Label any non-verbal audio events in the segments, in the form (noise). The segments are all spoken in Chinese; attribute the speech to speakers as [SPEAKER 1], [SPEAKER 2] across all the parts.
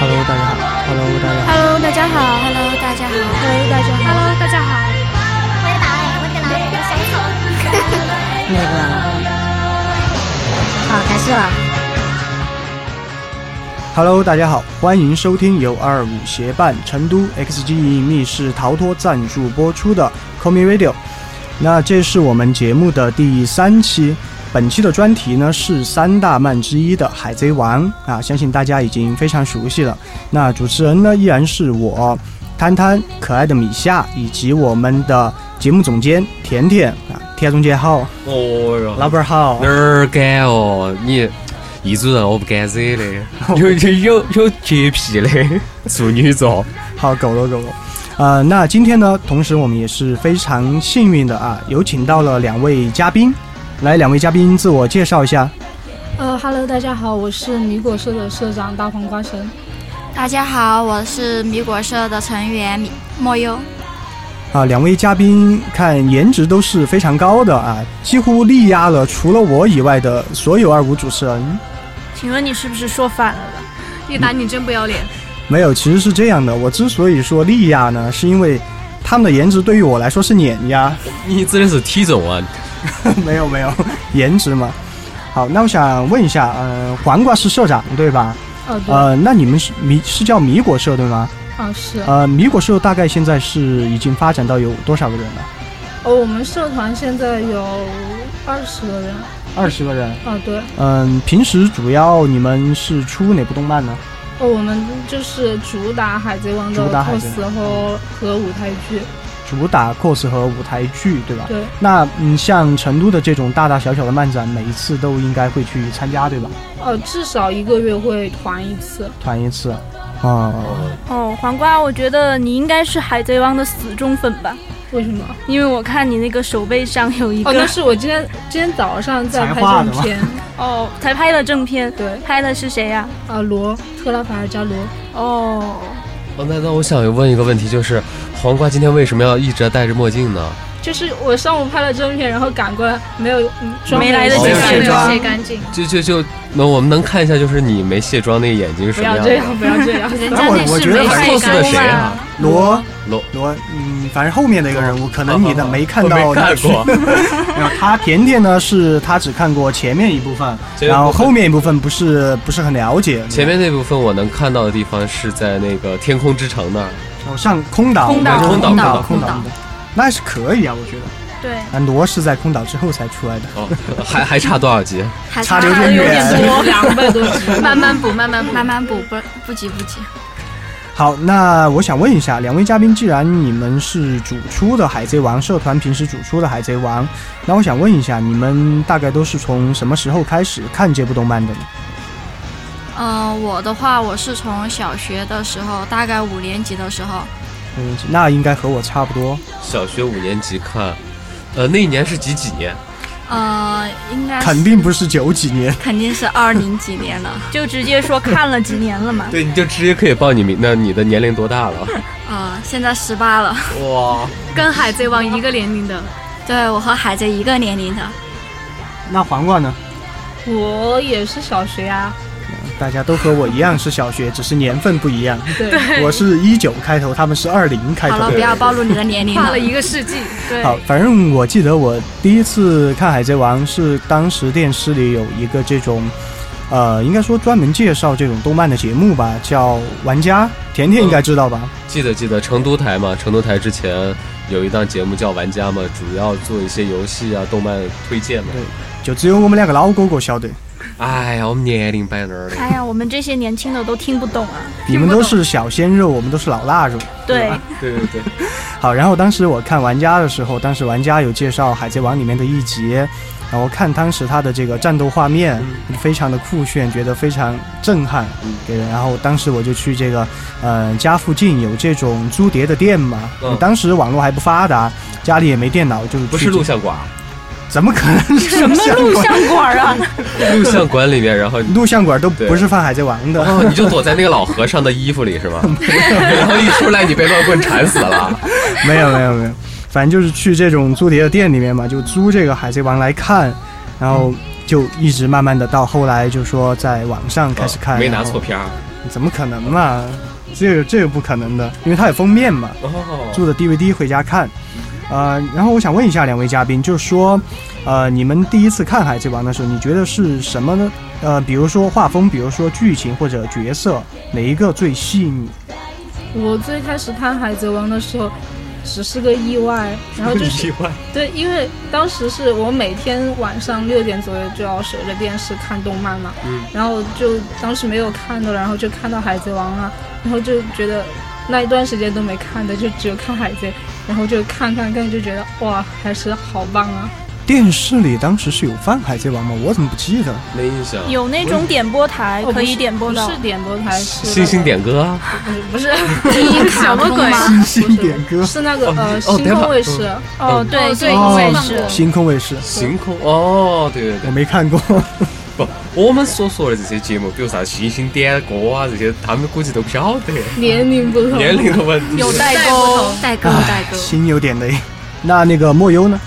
[SPEAKER 1] Hello，大家好。Hello，大家好。
[SPEAKER 2] Hello，大家好。Hello，大家好。Hello，大家好。Hello，大家好。
[SPEAKER 3] 我也打了，我给老师个小丑。
[SPEAKER 4] 那个，好，开始了。
[SPEAKER 1] Hello，大家好，欢迎收听由二五协办成都 XG 密室逃脱赞助播出的 Call Me Radio。那这是我们节目的第三期，本期的专题呢是三大漫之一的《海贼王》啊，相信大家已经非常熟悉了。那主持人呢依然是我，摊摊、可爱的米夏以及我们的节目总监甜甜啊，铁总监好，
[SPEAKER 5] 哦哟，
[SPEAKER 1] 老板好
[SPEAKER 5] 哪，儿敢哦？你异族人我不敢惹 (laughs) 的，有有有有洁癖的处女座。
[SPEAKER 1] 好，狗了狗了。呃，那今天呢，同时我们也是非常幸运的啊，有请到了两位嘉宾，来，两位嘉宾自我介绍一下。
[SPEAKER 6] 呃哈喽，大家好，我是米果社的社长大黄瓜神。
[SPEAKER 2] 大家好，我是米果社的成员米莫优。
[SPEAKER 1] 啊，两位嘉宾看颜值都是非常高的啊，几乎力压了除了我以外的所有二五主持人。
[SPEAKER 7] 请问你是不是说反了了？叶达，你真不要脸！
[SPEAKER 1] 没有，其实是这样的，我之所以说力压呢，是因为他们的颜值对于我来说是碾压。 (laughs)
[SPEAKER 5] 你指的是体重啊？
[SPEAKER 1] 没有没有，颜值嘛。好，那我想问一下，呃，黄瓜是社长对吧？
[SPEAKER 6] 哦，对，啊、
[SPEAKER 1] 呃，那你们是米是叫米果社对吗？
[SPEAKER 6] 是哦，
[SPEAKER 1] 呃，米果社大概现在是已经发展到有多少个人了？
[SPEAKER 6] 哦我们社团现在有二十个人。
[SPEAKER 1] 二十个人。
[SPEAKER 6] 啊，对，
[SPEAKER 1] 嗯、平时主要你们是出哪部动漫呢？
[SPEAKER 6] 哦，我们就是主打《海贼王》的
[SPEAKER 1] 主打海贼啊
[SPEAKER 6] cos 和和舞台剧。
[SPEAKER 1] 主打 cos 和舞台剧，对吧？
[SPEAKER 6] 对，
[SPEAKER 1] 那嗯，像成都的这种大大小小的漫展，每一次都应该会去参加，对吧？
[SPEAKER 6] 哦，至少一个月会团一次。
[SPEAKER 1] 团一次。哦、
[SPEAKER 7] 哦，黄瓜，我觉得你应该是《海贼王》的死忠粉吧，
[SPEAKER 6] 为什么？
[SPEAKER 7] 因为我看你那个手背上有一
[SPEAKER 6] 哦，那
[SPEAKER 7] 个
[SPEAKER 6] 是我今天今天早上在
[SPEAKER 1] 才
[SPEAKER 6] 拍
[SPEAKER 1] 画的
[SPEAKER 6] 正
[SPEAKER 1] 吗
[SPEAKER 6] 片。
[SPEAKER 7] 哦，才拍了正片，
[SPEAKER 6] 对，
[SPEAKER 7] 拍的是谁呀、
[SPEAKER 6] 啊，罗特拉法尔加罗。
[SPEAKER 7] 哦，
[SPEAKER 5] 哦，那那我想问一个问题，就是黄瓜今天为什么要一直戴着墨镜呢？
[SPEAKER 6] 就是我上午拍了正片，然后赶过来没有，嗯妆
[SPEAKER 7] 没来得
[SPEAKER 5] 及
[SPEAKER 6] 有
[SPEAKER 5] 卸
[SPEAKER 6] 卸
[SPEAKER 7] 妆
[SPEAKER 6] 妆
[SPEAKER 7] 卸。
[SPEAKER 3] 干净。
[SPEAKER 5] 就就就，那我们能看一下，就是你没卸妆那个眼睛是
[SPEAKER 6] 不
[SPEAKER 5] 什么
[SPEAKER 6] 要
[SPEAKER 5] 样
[SPEAKER 6] 这
[SPEAKER 5] 的？
[SPEAKER 6] 样，不要这样。
[SPEAKER 7] (laughs)
[SPEAKER 2] 人
[SPEAKER 1] 那
[SPEAKER 2] 家
[SPEAKER 1] 我
[SPEAKER 2] 那
[SPEAKER 1] 我
[SPEAKER 2] 是
[SPEAKER 1] 觉得
[SPEAKER 2] 没
[SPEAKER 1] 还
[SPEAKER 2] 太
[SPEAKER 5] 是 cos 的
[SPEAKER 2] 干
[SPEAKER 5] 谁啊
[SPEAKER 2] 嘛。
[SPEAKER 1] 罗
[SPEAKER 5] 罗
[SPEAKER 1] 罗，嗯，反正后面的一个人物，可能你的没看
[SPEAKER 5] 我
[SPEAKER 1] 到
[SPEAKER 5] 没
[SPEAKER 1] 他
[SPEAKER 5] 看
[SPEAKER 1] 去。
[SPEAKER 5] 过，
[SPEAKER 1] (laughs) 然后他甜甜呢，是他只看过前面一部分，
[SPEAKER 5] 前面
[SPEAKER 1] 然后
[SPEAKER 5] 部分
[SPEAKER 1] 后面一部分不是不是很了解。
[SPEAKER 5] 前面那部分我能看到的地方是在那个天空之城那儿。
[SPEAKER 1] 哦上空岛，
[SPEAKER 7] 空岛
[SPEAKER 1] 空
[SPEAKER 5] 空岛
[SPEAKER 1] 空
[SPEAKER 5] 空
[SPEAKER 1] 岛
[SPEAKER 5] 岛，
[SPEAKER 1] 那是可以啊，我觉得。
[SPEAKER 7] 对，
[SPEAKER 1] 啊，罗是在空岛之后才出来的，
[SPEAKER 5] 哦，还还差多少集？
[SPEAKER 2] 还
[SPEAKER 1] 差
[SPEAKER 2] 差
[SPEAKER 1] 得有点远
[SPEAKER 2] 多，
[SPEAKER 6] (laughs) 两百多集，
[SPEAKER 3] 慢慢补，慢慢补。
[SPEAKER 2] 慢慢补，不不急不急。
[SPEAKER 1] 好，那我想问一下，两位嘉宾，既然你们是主出的《海贼王》社团，平时主出的《海贼王》，那我想问一下，你们大概都是从什么时候开始看这部动漫的呢？
[SPEAKER 2] 嗯、我的话，我是从小学的时候，大概五年级的时候，
[SPEAKER 1] 嗯，那应该和我差不多，
[SPEAKER 5] 小学五年级看，呃，那一年是几几年？。
[SPEAKER 2] 呃，应该是
[SPEAKER 1] 肯定不是九几年。
[SPEAKER 2] 肯定是二零几年了，
[SPEAKER 7] 就直接说看了几年了嘛
[SPEAKER 5] (laughs) 对，你就直接可以报你名。那你的年龄多大 (laughs) 了？
[SPEAKER 2] 呃，现在十八了。
[SPEAKER 5] 哇，
[SPEAKER 3] 跟海贼王一个年龄的，
[SPEAKER 2] 对我和海贼一个年龄的，
[SPEAKER 1] 那黄瓜呢？
[SPEAKER 6] (laughs) 我也是小学啊，
[SPEAKER 1] 大家都和我一样是小学，只是年份不一样。
[SPEAKER 6] 对，
[SPEAKER 1] 我是一九开头，他们是二零开
[SPEAKER 2] 好
[SPEAKER 1] 头
[SPEAKER 2] 了，。不要暴露你的年龄
[SPEAKER 3] 跨
[SPEAKER 2] 了
[SPEAKER 3] 了。一个世纪。
[SPEAKER 7] 对，
[SPEAKER 1] 好，反正我记得我第一次看《海贼王》是当时电视里有一个这种，呃，应该说专门介绍这种动漫的节目吧，叫《玩家》，甜甜应该知道吧？
[SPEAKER 5] 记得记得，成都台嘛，成都台之前有一档节目叫《玩家》嘛，主要做一些游戏啊、动漫推荐嘛。
[SPEAKER 1] 就只有我们两个老哥哥晓得，
[SPEAKER 5] 哎呀，我们年龄摆那儿了。
[SPEAKER 7] 哎呀，我们这些年轻的都听不懂啊。
[SPEAKER 1] 你们都是小鲜肉，我们都是老腊肉。
[SPEAKER 7] 对，
[SPEAKER 5] 对对对，
[SPEAKER 1] 好，然后当时我看《玩家》的时候，当时《玩家》有介绍《海贼王》里面的一节，然后看当时他的这个战斗画面，非常的酷炫，觉得非常震撼
[SPEAKER 5] 嗯
[SPEAKER 1] 给人。然后当时我就去这个，呃，家附近有这种租碟的店嘛，
[SPEAKER 5] 嗯
[SPEAKER 1] 当时网络还不发达，家里也没电脑，就是
[SPEAKER 5] 不
[SPEAKER 1] 去
[SPEAKER 5] 是
[SPEAKER 1] 这
[SPEAKER 5] 录像馆，
[SPEAKER 1] 怎么可能是
[SPEAKER 7] (laughs) 什么录像馆
[SPEAKER 2] (laughs)
[SPEAKER 7] 啊？
[SPEAKER 5] 录像馆里面，然后你
[SPEAKER 1] 录像馆都
[SPEAKER 5] 对
[SPEAKER 1] 不是放《海贼王》的。
[SPEAKER 5] 哦，你就躲在那个老和尚的衣服里是 (laughs) 吧？然后一出来，你被乱棍缠死了。 (laughs)
[SPEAKER 1] 没有没有没有，反正就是去这种租碟的店里面嘛，就租这个《海贼王》来看，然后就一直慢慢的到后来就说在网上开始看，
[SPEAKER 5] 没
[SPEAKER 1] 然
[SPEAKER 5] 拿
[SPEAKER 1] 后
[SPEAKER 5] 错片儿。
[SPEAKER 1] 怎么可能嘛？这个这个不可能的，因为它有封面嘛，
[SPEAKER 5] 哦，
[SPEAKER 1] 做的 DVD 回家看。呃，然后我想问一下两位嘉宾，就是说，呃，你们第一次看《海贼王》的时候，你觉得是什么呢？呃，比如说画风，比如说剧情或者角色，哪一个最吸引你？
[SPEAKER 6] 我最开始看《海贼王》的时候，只是个意外，然后就是
[SPEAKER 1] 意外。
[SPEAKER 6] 对，因为当时是我每天晚上六点左右就要守着电视看动漫嘛，
[SPEAKER 5] 嗯
[SPEAKER 6] 然后就当时没有看的，然后就看到《海贼王》了，然后就觉得那一段时间都没看的，就只有看《海贼》，然后就看看看，就觉得哇，还是好棒啊！
[SPEAKER 1] 电视里当时是有放《海贼王》吗？我怎么不记得？
[SPEAKER 5] 没印象。
[SPEAKER 7] 有那种点播台
[SPEAKER 6] 哦
[SPEAKER 7] 可
[SPEAKER 6] 不
[SPEAKER 7] 以
[SPEAKER 6] 是
[SPEAKER 7] 点播到
[SPEAKER 6] 不，是点播台，是呃
[SPEAKER 5] 星星点歌啊，
[SPEAKER 6] 不
[SPEAKER 7] (laughs)
[SPEAKER 6] 是
[SPEAKER 3] 什么鬼？
[SPEAKER 1] 星星点歌
[SPEAKER 6] 不是是那个呃
[SPEAKER 5] 哦
[SPEAKER 6] 星
[SPEAKER 5] 等会
[SPEAKER 6] 空
[SPEAKER 5] 儿
[SPEAKER 6] 卫视，
[SPEAKER 7] 哦，对，
[SPEAKER 3] 哦
[SPEAKER 7] 对，
[SPEAKER 1] 哦
[SPEAKER 7] 因为是
[SPEAKER 1] 星空卫视，
[SPEAKER 5] 星空哦，对对对
[SPEAKER 1] 我，没看过。
[SPEAKER 5] 不，我们所说的这些节目，比如啥星星点歌啊这些，他们估计都不晓
[SPEAKER 7] (laughs)
[SPEAKER 5] 得，
[SPEAKER 6] 年龄不同，
[SPEAKER 5] 年龄的问题。
[SPEAKER 7] 有代沟。
[SPEAKER 3] 代沟，代沟。
[SPEAKER 1] 心有点累。那那个莫优呢？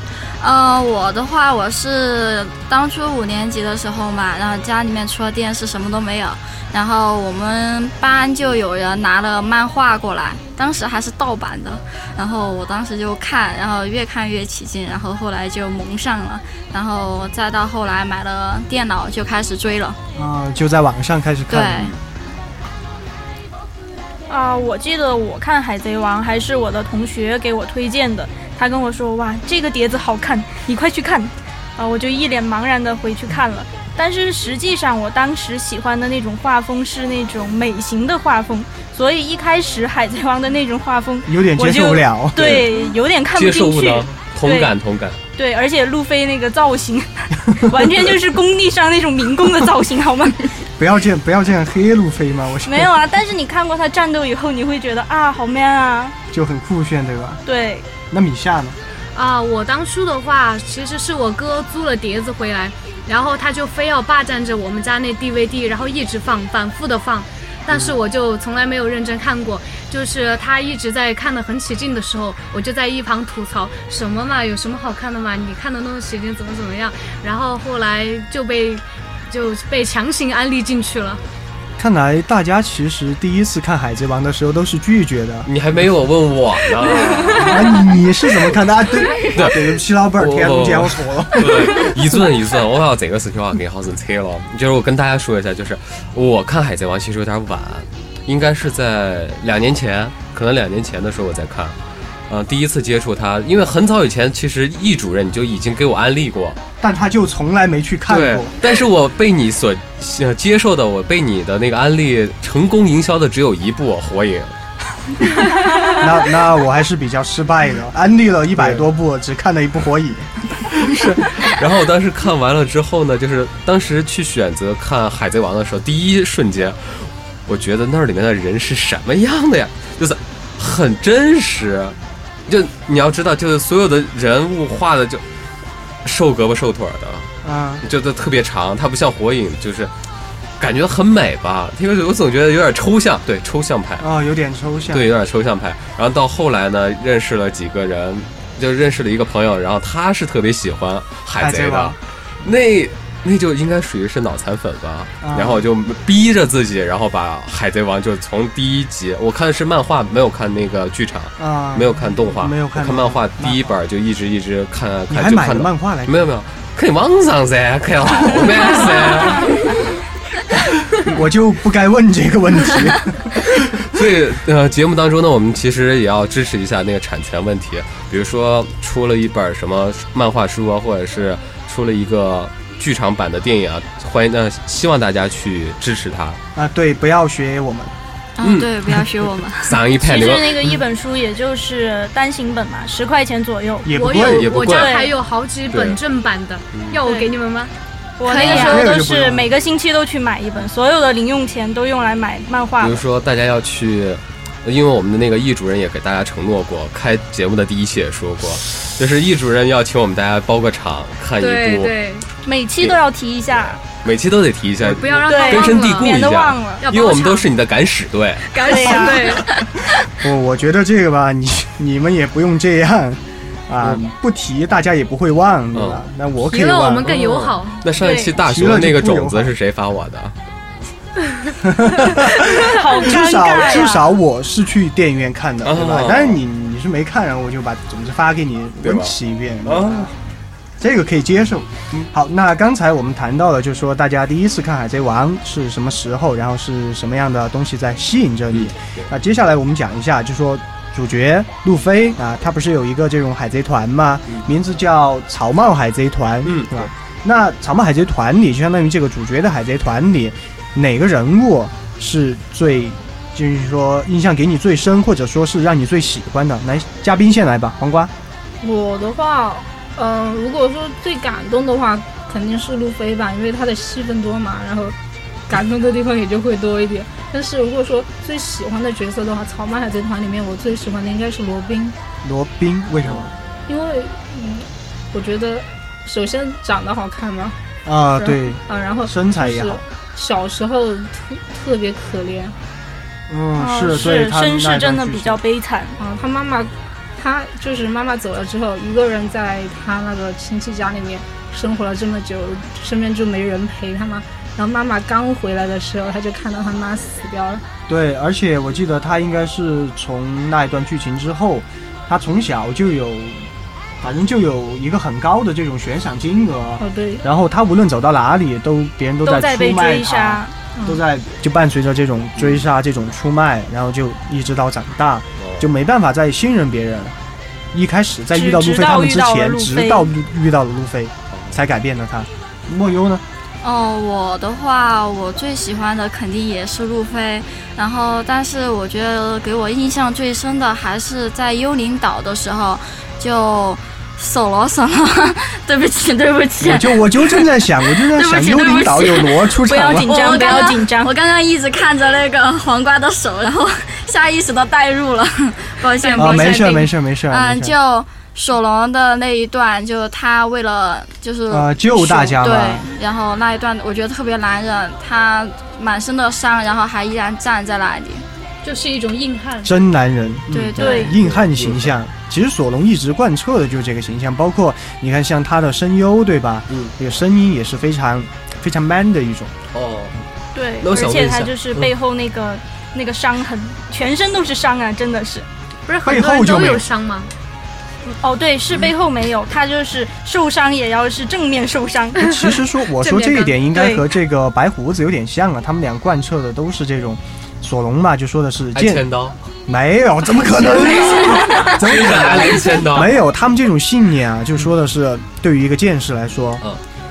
[SPEAKER 2] 呃，我的话，我是当初五年级的时候嘛，然后家里面除了电视什么都没有，然后我们班就有人拿了漫画过来，当时还是盗版的，然后我当时就看，然后越看越起劲，然后后来就蒙上了，然后再到后来买了电脑就开始追了，
[SPEAKER 1] 啊、就在网上开始
[SPEAKER 2] 对。
[SPEAKER 1] 看。
[SPEAKER 7] 啊、我记得我看《海贼王》还是我的同学给我推荐的，他跟我说：“哇，这个碟子好看，你快去看。”啊，我就一脸茫然的回去看了。但是实际上，我当时喜欢的那种画风是那种美型的画风，所以一开始《海贼王》的那种画风，
[SPEAKER 1] 有点接受不了。
[SPEAKER 7] 对，有点看不
[SPEAKER 5] 接受
[SPEAKER 7] 进
[SPEAKER 5] 不
[SPEAKER 7] 去。
[SPEAKER 5] 了，同感同感。。
[SPEAKER 7] 对，而且路飞那个造型，完全就是工地上那种民工的造型，好吗？
[SPEAKER 1] 不要这样，不要这样黑路飞嘛！我是
[SPEAKER 7] 没有啊，但是你看过他战斗以后，你会觉得啊，好 man 啊，
[SPEAKER 1] 就很酷炫，对吧？
[SPEAKER 7] 对。
[SPEAKER 1] 那米夏呢？
[SPEAKER 3] 啊，我当初的话，其实是我哥租了碟子回来，然后他就非要霸占着我们家那 DVD，然后一直放，反复的放。但是我就从来没有认真看过，就是他一直在看得很起劲的时候，我就在一旁吐槽什么嘛，有什么好看的嘛，你看的那么起劲，怎么怎么样？然后后来就被就被强行安利进去了。
[SPEAKER 1] 看来大家其实第一次看《海贼王》的时候都是拒绝的
[SPEAKER 7] (laughs)
[SPEAKER 5] 你还没有问我呢。
[SPEAKER 1] 啊，你你是怎么看的？啊，对
[SPEAKER 7] (laughs)
[SPEAKER 1] 对不起，老板，天
[SPEAKER 5] 我
[SPEAKER 1] 都教错了。
[SPEAKER 5] 对，一准一准，我要这个事情我要跟好生扯了。就是我跟大家说一下，就是我看《海贼王》其实有点晚，应该是在两年前，可能两年前的时候我在看。呃，第一次接触它，因为很早以前其实易主任就已经给我安利过，
[SPEAKER 1] 但他就从来没去看
[SPEAKER 5] 对
[SPEAKER 1] 过。，
[SPEAKER 5] 但是我被你所呃接受的，我被你的那个安利成功营销的只有一部《火影》，
[SPEAKER 1] 那那我还是比较失败的，安利了一百多部，只看了一部《火影》。
[SPEAKER 5] 然后我当时看完了之后呢，就是当时去选择看《海贼王》的时候，第一瞬间，我觉得那里面的人是什么样的呀？就是很真实，就你要知道，就是所有的人物画的就瘦胳膊瘦腿儿的，
[SPEAKER 1] 嗯，
[SPEAKER 5] 就都特别长，它不像《火影》就是。感觉很美吧，因为我总觉得有点抽象，对抽象派，
[SPEAKER 1] 哦，有点抽象。
[SPEAKER 5] 对，有点抽象派。然后到后来呢，认识了几个人，就认识了一个朋友，然后他是特别喜欢海
[SPEAKER 1] 海
[SPEAKER 5] 贼
[SPEAKER 1] 贼
[SPEAKER 5] 的
[SPEAKER 1] 王，
[SPEAKER 5] 那那就应该属于是脑残粉吧。
[SPEAKER 1] 啊
[SPEAKER 5] 然后我就逼着自己，然后把海贼王就从第一集，我看的是漫画，没有看那个剧场，
[SPEAKER 1] 啊，
[SPEAKER 5] 没有看动画，
[SPEAKER 1] 没有看
[SPEAKER 5] 我看
[SPEAKER 1] 动
[SPEAKER 5] 漫
[SPEAKER 1] 画
[SPEAKER 5] 画第一本就一直一直看，
[SPEAKER 1] 你
[SPEAKER 5] 看
[SPEAKER 1] 还
[SPEAKER 5] 就
[SPEAKER 1] 买
[SPEAKER 5] 看
[SPEAKER 1] 了
[SPEAKER 5] 到
[SPEAKER 1] 漫画来看？
[SPEAKER 5] 没有没有，看网上噻，看老版噻。
[SPEAKER 1] 我就不该问这个问
[SPEAKER 5] (laughs)
[SPEAKER 1] 题。
[SPEAKER 5] 所以呃，节目当中呢，我们其实也要支持一下那个产权问题，比如说出了一本什么漫画书啊，或者是出了一个剧场版的电影啊，欢迎呃，希望大家去支持它。
[SPEAKER 1] 啊，对，不要学我们。
[SPEAKER 2] 嗯，对，不要学我们。
[SPEAKER 5] 上一派你
[SPEAKER 7] 其实
[SPEAKER 5] 们
[SPEAKER 7] 那个一本书也就是单行本嘛，十块钱左右。
[SPEAKER 1] 也不
[SPEAKER 3] 我
[SPEAKER 1] 贵，
[SPEAKER 5] 也
[SPEAKER 3] 有，
[SPEAKER 5] 不
[SPEAKER 3] 我
[SPEAKER 5] 贵
[SPEAKER 3] 家还有好几本正版的，要我给你们吗？
[SPEAKER 7] 我
[SPEAKER 2] 可以
[SPEAKER 7] 那个
[SPEAKER 2] 啊
[SPEAKER 7] 时候
[SPEAKER 1] 那个
[SPEAKER 7] 都
[SPEAKER 1] 就不用
[SPEAKER 7] 是
[SPEAKER 1] 了
[SPEAKER 7] 每个星期都去买一本，所有的零用钱都用来买漫画
[SPEAKER 5] 比如
[SPEAKER 7] 了。
[SPEAKER 5] 说大家要去，因为我们的那个易主任也给大家承诺过，开节目的第一期也说过，就是易主任要请我们大家包个场看一部，
[SPEAKER 3] 对对，
[SPEAKER 7] 每期都要提一下，
[SPEAKER 5] 每期都得提一下，
[SPEAKER 3] 不要让他
[SPEAKER 7] 对
[SPEAKER 5] 根深蒂
[SPEAKER 3] 忘
[SPEAKER 5] 固
[SPEAKER 3] 了
[SPEAKER 7] 免
[SPEAKER 5] 一
[SPEAKER 7] 得
[SPEAKER 5] 下
[SPEAKER 7] 忘，了。
[SPEAKER 3] 要包
[SPEAKER 5] 因为我们都
[SPEAKER 3] 场
[SPEAKER 5] 是你的敢死队。
[SPEAKER 3] 敢死队。
[SPEAKER 1] 我我觉得这个吧，你你们也不用这样。啊，
[SPEAKER 5] 嗯
[SPEAKER 1] 不提大家也不会忘，对吧？那我可以
[SPEAKER 3] 提了我们
[SPEAKER 1] 忘。
[SPEAKER 5] 哦
[SPEAKER 3] 更友好。
[SPEAKER 5] 那上一期大学那个种子是谁发我的？
[SPEAKER 7] 好尴
[SPEAKER 1] 至少
[SPEAKER 7] 尬呀
[SPEAKER 1] 至少我是去电影院看的，对吧
[SPEAKER 5] 哦？
[SPEAKER 1] 但是你你是没看，然后我就把总之发给你
[SPEAKER 5] 对吧
[SPEAKER 1] 温习一遍，对吧
[SPEAKER 5] 啊，
[SPEAKER 1] 这个可以接受。
[SPEAKER 5] 嗯
[SPEAKER 1] 好，那刚才我们谈到了，就是说大家第一次看《海贼王》是什么时候，然后是什么样的东西在吸引着你
[SPEAKER 5] 嗯。对
[SPEAKER 1] 那接下来我们讲一下，就说主角路飞啊，他不是有一个这种海贼团吗？名字叫草帽海贼团，
[SPEAKER 5] 嗯
[SPEAKER 1] 对吧？那草帽海贼团里，就相当于这个主角的海贼团里，哪个人物是最？就是说，印象给你最深，或者说是让你最喜欢的，来，嘉宾先来吧，黄瓜。
[SPEAKER 6] 我的话，嗯、如果说最感动的话，肯定是路飞吧，因为他的戏份多嘛，然后感动的地方也就会多一点。但是如果说最喜欢的角色的话，《草莓海贼团》里面我最喜欢的应该是罗宾，
[SPEAKER 1] 罗宾为什么？
[SPEAKER 6] 因为嗯，我觉得首先长得好看嘛，
[SPEAKER 1] 啊，
[SPEAKER 6] 是
[SPEAKER 1] 对，
[SPEAKER 6] 啊，然后
[SPEAKER 1] 身材
[SPEAKER 6] 就
[SPEAKER 1] 也
[SPEAKER 6] 是
[SPEAKER 1] 好，
[SPEAKER 6] 小时候特特别可怜
[SPEAKER 1] 嗯，
[SPEAKER 7] 啊
[SPEAKER 1] 是，所以
[SPEAKER 7] 是
[SPEAKER 1] 他
[SPEAKER 7] 身
[SPEAKER 1] 那
[SPEAKER 7] 世真的
[SPEAKER 1] 段剧
[SPEAKER 7] 比
[SPEAKER 1] 情
[SPEAKER 7] 较悲惨。
[SPEAKER 6] 啊，他妈妈，他就是妈妈走了之后，一个人在他那个亲戚家里面生活了这么久，身边就没人陪他嘛。然后妈妈刚回来的时候，他就看到他妈死掉了。
[SPEAKER 1] 对，而且我记得他应该是从那一段剧情之后，他从小就有，反正就有一个很高的这种悬赏金额，
[SPEAKER 6] 哦，
[SPEAKER 3] (laughs)
[SPEAKER 6] 对，
[SPEAKER 1] 然后他无论走到哪里，都别人都
[SPEAKER 7] 都
[SPEAKER 1] 在
[SPEAKER 7] 在被
[SPEAKER 1] 出卖
[SPEAKER 7] 追
[SPEAKER 1] 他，
[SPEAKER 7] 杀，
[SPEAKER 1] 都在就伴随着这种追杀、这种出卖，然后就一直到长大，就没办法再信任别人。一开始在遇到路飞他们之前，
[SPEAKER 7] 直
[SPEAKER 1] 直
[SPEAKER 7] 直
[SPEAKER 1] 到
[SPEAKER 7] 到
[SPEAKER 1] 路遇到了路飞，才改变了他。莫忧呢？
[SPEAKER 2] 哦，我的话，我最喜欢的肯定也是路飞，然后但是我觉得给我印象最深的还是在幽灵岛的时候，就搜罗搜罗， (laughs) 对不起对不起
[SPEAKER 1] 我，就我就正在想，我就在
[SPEAKER 2] 对
[SPEAKER 1] 想
[SPEAKER 2] 不起
[SPEAKER 1] 幽灵岛有罗出
[SPEAKER 7] 不
[SPEAKER 1] 场
[SPEAKER 7] 要
[SPEAKER 1] (laughs) 了
[SPEAKER 7] 紧。
[SPEAKER 2] 我
[SPEAKER 7] 张，不
[SPEAKER 2] 我刚
[SPEAKER 7] 要
[SPEAKER 2] 刚
[SPEAKER 7] 紧
[SPEAKER 1] (laughs)
[SPEAKER 7] 张
[SPEAKER 2] 我。刚刚一直看着那个黄瓜的手，然后下意识的代入了， (laughs) 抱歉抱
[SPEAKER 1] 啊，
[SPEAKER 2] 歉。
[SPEAKER 1] 没事
[SPEAKER 2] 对不起
[SPEAKER 1] 没事没事，没
[SPEAKER 2] 嗯，
[SPEAKER 1] 事
[SPEAKER 2] 就索隆的那一段，就他为了就是
[SPEAKER 1] 呃救大家嘛
[SPEAKER 2] 对，然后那一段我觉得特别难忍，他满身的伤，然后还依然站在那里。
[SPEAKER 3] 就是一种硬汉。
[SPEAKER 1] 真男人，
[SPEAKER 2] 对
[SPEAKER 1] 嗯
[SPEAKER 2] 对
[SPEAKER 1] 硬汉形象。其实索隆一直贯彻的就是这个形象，包括你看像他的声优对吧？
[SPEAKER 5] 嗯，
[SPEAKER 1] 这个声音也是非常非常 man 的一种。
[SPEAKER 5] 哦，
[SPEAKER 7] 对，
[SPEAKER 5] 那我想
[SPEAKER 7] 而
[SPEAKER 5] 问一
[SPEAKER 7] 且
[SPEAKER 5] 下
[SPEAKER 7] 他就是背后那个、那个伤痕，全身都是伤啊，真的是。
[SPEAKER 3] 不是很多人都有伤吗？
[SPEAKER 7] 哦，对，是背后没有，他就是受伤也要是正面受伤。
[SPEAKER 1] 其实
[SPEAKER 2] (laughs)
[SPEAKER 1] 说我说
[SPEAKER 7] 正面
[SPEAKER 1] 这一
[SPEAKER 7] 刚
[SPEAKER 1] 点应该
[SPEAKER 7] 对
[SPEAKER 1] 和这个白胡子有点像啊，他们俩贯彻的都是这种。索隆嘛，就说的是
[SPEAKER 5] 挨
[SPEAKER 1] 剑
[SPEAKER 5] 千刀，
[SPEAKER 1] 没有，怎么可能？
[SPEAKER 5] 身上挨了一千刀，
[SPEAKER 1] 没有，他们这种信念啊，就说的是对于一个剑士来说，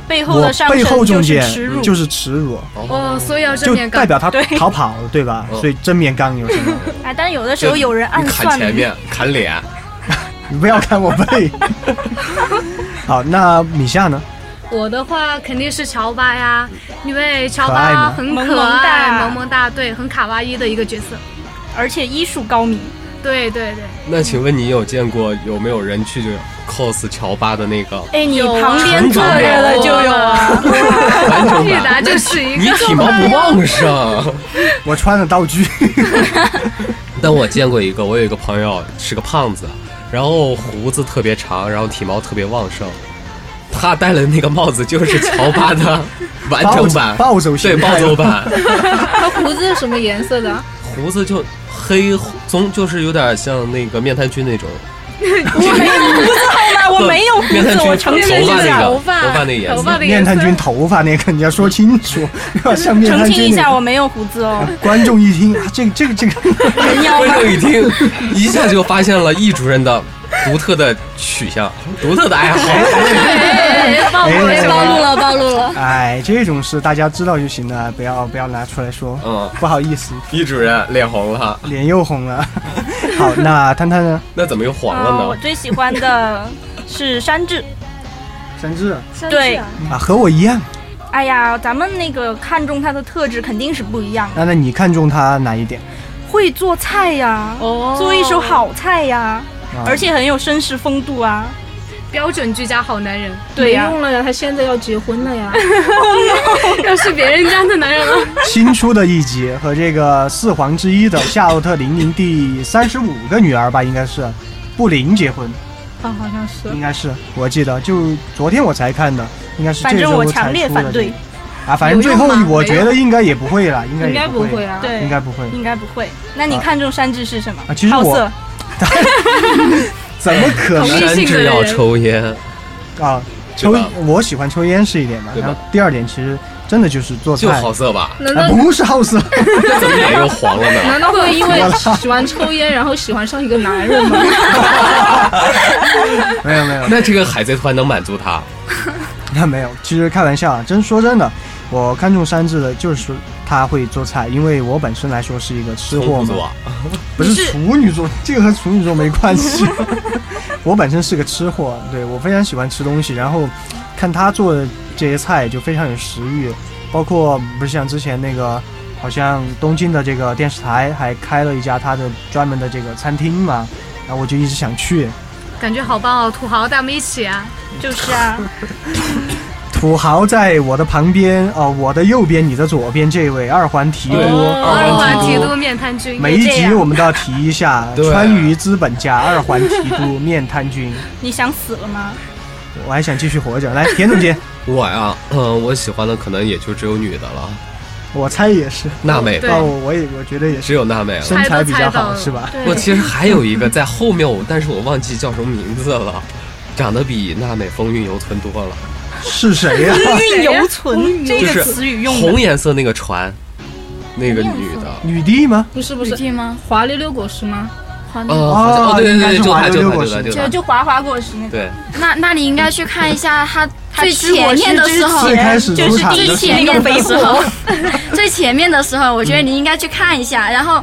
[SPEAKER 7] 背后
[SPEAKER 1] 我
[SPEAKER 7] 的伤
[SPEAKER 1] 背后
[SPEAKER 7] 痕
[SPEAKER 1] 中
[SPEAKER 7] 就
[SPEAKER 1] 箭
[SPEAKER 7] 是耻辱，
[SPEAKER 1] 就是耻辱，
[SPEAKER 3] 哦，所以要正
[SPEAKER 1] 就
[SPEAKER 3] 面
[SPEAKER 1] 代
[SPEAKER 3] 刚。
[SPEAKER 1] 表他
[SPEAKER 7] 对
[SPEAKER 1] 逃跑，对吧？
[SPEAKER 5] 嗯
[SPEAKER 1] 所以正面刚有什么？
[SPEAKER 7] 哎，但有的时候有人
[SPEAKER 5] 你
[SPEAKER 7] 暗
[SPEAKER 5] 砍
[SPEAKER 7] 算
[SPEAKER 5] 前面，砍脸，
[SPEAKER 1] 你不要看我背。 (laughs) 好，那米夏呢？
[SPEAKER 3] 我的话肯定是乔巴呀，因为乔
[SPEAKER 1] 可爱
[SPEAKER 3] 巴
[SPEAKER 1] 吗
[SPEAKER 3] 很可爱，
[SPEAKER 7] 萌萌哒
[SPEAKER 3] 萌萌哒，对，很卡哇伊的一个角色。
[SPEAKER 7] 而且医术高明。
[SPEAKER 3] 对
[SPEAKER 1] (laughs)
[SPEAKER 3] 对对，
[SPEAKER 5] 那请问你有见过有没有人去 cos 乔巴的那个
[SPEAKER 7] 哎，你
[SPEAKER 3] 有啊
[SPEAKER 7] 旁边坐着的就有啊，
[SPEAKER 5] 完整
[SPEAKER 3] 绿
[SPEAKER 5] 版？
[SPEAKER 3] 达就是一
[SPEAKER 5] 你
[SPEAKER 3] 个。
[SPEAKER 5] 体毛不旺盛。
[SPEAKER 1] 我穿了道具，
[SPEAKER 5] 但我见过一个，我有一个朋友是个胖子，然后胡子特别长，然后体毛特别旺盛。他戴了那个帽子就是乔巴的完整版，
[SPEAKER 1] 暴走
[SPEAKER 5] 对
[SPEAKER 1] 形
[SPEAKER 5] 暴
[SPEAKER 1] 态
[SPEAKER 5] 走版，
[SPEAKER 6] 他胡子是什么颜色的？
[SPEAKER 5] 胡子就黑棕，就是有点像那个面瘫君那种。
[SPEAKER 7] 哎我没有胡
[SPEAKER 5] 面瘫
[SPEAKER 7] 子，
[SPEAKER 5] 君
[SPEAKER 7] 我承
[SPEAKER 5] 头
[SPEAKER 7] 认
[SPEAKER 5] 发
[SPEAKER 7] 一
[SPEAKER 5] 那
[SPEAKER 7] 下，
[SPEAKER 5] 个
[SPEAKER 3] 头发
[SPEAKER 5] 头发那颜
[SPEAKER 3] 头
[SPEAKER 5] 色，
[SPEAKER 3] 发的
[SPEAKER 1] 面
[SPEAKER 3] 颜色
[SPEAKER 1] 瘫，君头发那个你要说清楚，要像面
[SPEAKER 7] 澄
[SPEAKER 1] 瘫
[SPEAKER 7] 清
[SPEAKER 1] 君
[SPEAKER 7] 一下，
[SPEAKER 1] 那
[SPEAKER 7] 我没有胡子
[SPEAKER 1] (laughs)
[SPEAKER 7] 哦。
[SPEAKER 1] 个。观众一听，啊这个这个
[SPEAKER 7] (laughs)
[SPEAKER 1] 这个，
[SPEAKER 7] 人
[SPEAKER 1] (laughs)
[SPEAKER 7] 妖
[SPEAKER 5] 观众一听，一下就发现了易主任的独特的取向、独特的爱好。
[SPEAKER 3] 哎暴露
[SPEAKER 1] 哎
[SPEAKER 3] 了暴露了，
[SPEAKER 7] 了，暴露了。
[SPEAKER 1] 哎，这种事大家知道就行了，不要不要拿出来说，
[SPEAKER 5] 嗯，
[SPEAKER 1] 不好意思，
[SPEAKER 5] 易主任脸红了，
[SPEAKER 1] 脸又红
[SPEAKER 7] (laughs)
[SPEAKER 1] 了。好，那探探呢？
[SPEAKER 5] 那怎么又黄
[SPEAKER 7] 啊，
[SPEAKER 5] 了
[SPEAKER 7] 我
[SPEAKER 5] 呢？
[SPEAKER 7] 最喜欢的是山治，
[SPEAKER 1] 山治
[SPEAKER 7] 对，
[SPEAKER 1] 啊，和我一样。
[SPEAKER 7] 哎呀，咱们那个看中他的特质肯定是不一样的，
[SPEAKER 1] 那那你看中他哪一点？
[SPEAKER 7] 会做菜呀，
[SPEAKER 3] 哦
[SPEAKER 7] 做一手好菜呀，
[SPEAKER 1] 啊
[SPEAKER 7] 而且很有绅士风度啊。
[SPEAKER 3] 标准居家好男人，
[SPEAKER 7] 对呀
[SPEAKER 6] 没用了呀，他现在要结婚了呀。
[SPEAKER 3] (laughs) 要是别人家的男人了，
[SPEAKER 1] 新出的一集和这个四皇之一的夏洛特玲玲第三十五个女儿吧，应该是布林结婚。
[SPEAKER 6] 啊，好像是
[SPEAKER 1] 应该是我记得，就昨天我才看的，应该是
[SPEAKER 7] 反
[SPEAKER 1] 这
[SPEAKER 7] 正
[SPEAKER 1] 周
[SPEAKER 7] 我
[SPEAKER 1] 才
[SPEAKER 7] 强烈
[SPEAKER 1] 出
[SPEAKER 7] 反
[SPEAKER 1] 的
[SPEAKER 7] 对，
[SPEAKER 1] 啊，反正最后
[SPEAKER 3] 有用吗
[SPEAKER 1] 我觉得应该也不会啦，应该
[SPEAKER 6] 应该
[SPEAKER 1] 也
[SPEAKER 6] 不会
[SPEAKER 1] 会，
[SPEAKER 6] 啊。
[SPEAKER 7] 对，
[SPEAKER 1] 应该不会。
[SPEAKER 7] 应该不会。那你
[SPEAKER 1] 啊
[SPEAKER 7] 看中山治是什么？
[SPEAKER 1] 啊其实
[SPEAKER 7] 好
[SPEAKER 1] 我
[SPEAKER 7] 色，
[SPEAKER 1] 怎么可
[SPEAKER 6] 同
[SPEAKER 1] 能
[SPEAKER 6] 意
[SPEAKER 5] 山
[SPEAKER 6] 性的
[SPEAKER 5] 治要
[SPEAKER 6] 人
[SPEAKER 5] 抽烟，
[SPEAKER 1] 啊？
[SPEAKER 5] 对
[SPEAKER 1] 抽
[SPEAKER 5] 吧
[SPEAKER 1] 我喜欢抽烟是一点嘛，
[SPEAKER 5] 对吧
[SPEAKER 1] 然后第二点其实真的就是做
[SPEAKER 5] 就
[SPEAKER 1] 菜，
[SPEAKER 5] 好色吧？
[SPEAKER 6] 难
[SPEAKER 1] 啊
[SPEAKER 6] 道
[SPEAKER 1] 不是好色，
[SPEAKER 5] 那怎么脸又黄了呢？
[SPEAKER 6] 难道会因为喜欢抽烟，然后喜欢上一个男人吗？
[SPEAKER 1] 没有没有
[SPEAKER 5] 那这个海贼团能满足他？
[SPEAKER 1] 那没有，其实开玩笑啊，真说真的，我看中山治的就是他会做菜，因为我本身来说是一个吃
[SPEAKER 5] 红
[SPEAKER 1] 货
[SPEAKER 5] 不
[SPEAKER 1] 嘛
[SPEAKER 5] 做，，
[SPEAKER 1] 不是处女座，这个和处女座没关系。我本身是个吃货，对我非常喜欢吃东西，然后看他做的这些菜就非常有食欲，包括不是像之前那个，好像东京的这个电视台还开了一家他的专门的这个餐厅嘛，然后我就一直想去。
[SPEAKER 3] 感觉好棒哦，土豪带我们一起啊！
[SPEAKER 7] 就是啊，
[SPEAKER 1] 土豪在我的旁边，哦、我的右边，你的左边，这位二环提督，
[SPEAKER 5] 对嗯
[SPEAKER 3] 二
[SPEAKER 5] 二
[SPEAKER 3] 环
[SPEAKER 5] 环提
[SPEAKER 3] 提督面瘫君，
[SPEAKER 1] 哦每一
[SPEAKER 7] 这
[SPEAKER 1] 集
[SPEAKER 7] 样
[SPEAKER 1] 我们都要提一下
[SPEAKER 5] 对
[SPEAKER 1] 川渝资本家二环提督面瘫君。
[SPEAKER 7] 你想死了吗？
[SPEAKER 1] 我还想继续活着。
[SPEAKER 5] (laughs)
[SPEAKER 1] 来，田总监，
[SPEAKER 5] 我呀，嗯，我喜欢的可能也就只有女的了，
[SPEAKER 1] 我猜也是。
[SPEAKER 5] 娜美
[SPEAKER 3] 对
[SPEAKER 5] 吧，
[SPEAKER 1] 哦，我我也我觉得也是，
[SPEAKER 5] 只有娜美了。
[SPEAKER 1] 身材比较
[SPEAKER 3] 猜都猜到
[SPEAKER 1] 好
[SPEAKER 3] 了
[SPEAKER 1] 是吧？
[SPEAKER 5] 我其实还有一个在后面我，但是我忘记叫什么名字了，长得比娜美风韵犹存多了，
[SPEAKER 1] 是谁呀、
[SPEAKER 7] 风韵犹存这
[SPEAKER 5] 就
[SPEAKER 7] 个
[SPEAKER 5] 是
[SPEAKER 7] 词语用的
[SPEAKER 5] 红颜色那个船，那个女的，
[SPEAKER 1] 女帝吗？
[SPEAKER 6] 不是不
[SPEAKER 2] (laughs) 不
[SPEAKER 6] (laughs)
[SPEAKER 2] 嗯
[SPEAKER 6] 是，
[SPEAKER 2] 吗？
[SPEAKER 6] 华溜溜果实吗？
[SPEAKER 2] 黄
[SPEAKER 5] 哦，好像
[SPEAKER 1] 哦
[SPEAKER 5] 哦，对对
[SPEAKER 1] 应该
[SPEAKER 5] 对，
[SPEAKER 1] 是
[SPEAKER 5] 就
[SPEAKER 1] 华
[SPEAKER 5] 她
[SPEAKER 1] 流
[SPEAKER 5] 就
[SPEAKER 1] 六
[SPEAKER 5] 她
[SPEAKER 1] 果
[SPEAKER 5] 就她
[SPEAKER 1] 实
[SPEAKER 5] 就
[SPEAKER 7] 就
[SPEAKER 5] 她，
[SPEAKER 7] 就华华果实那个，
[SPEAKER 5] 对，
[SPEAKER 2] 那那你应该去看一下他
[SPEAKER 7] 他
[SPEAKER 2] 最
[SPEAKER 7] 吃果
[SPEAKER 2] 前
[SPEAKER 7] 实
[SPEAKER 2] 面的
[SPEAKER 7] 之
[SPEAKER 2] 时候
[SPEAKER 1] 最，开始
[SPEAKER 7] 就
[SPEAKER 1] 出
[SPEAKER 7] 是
[SPEAKER 1] 场
[SPEAKER 2] 最
[SPEAKER 1] 的时
[SPEAKER 2] 前面的时
[SPEAKER 7] 那
[SPEAKER 1] (laughs)
[SPEAKER 7] 个
[SPEAKER 2] 候，最前面的时候，我觉得你应该去看一下，然后。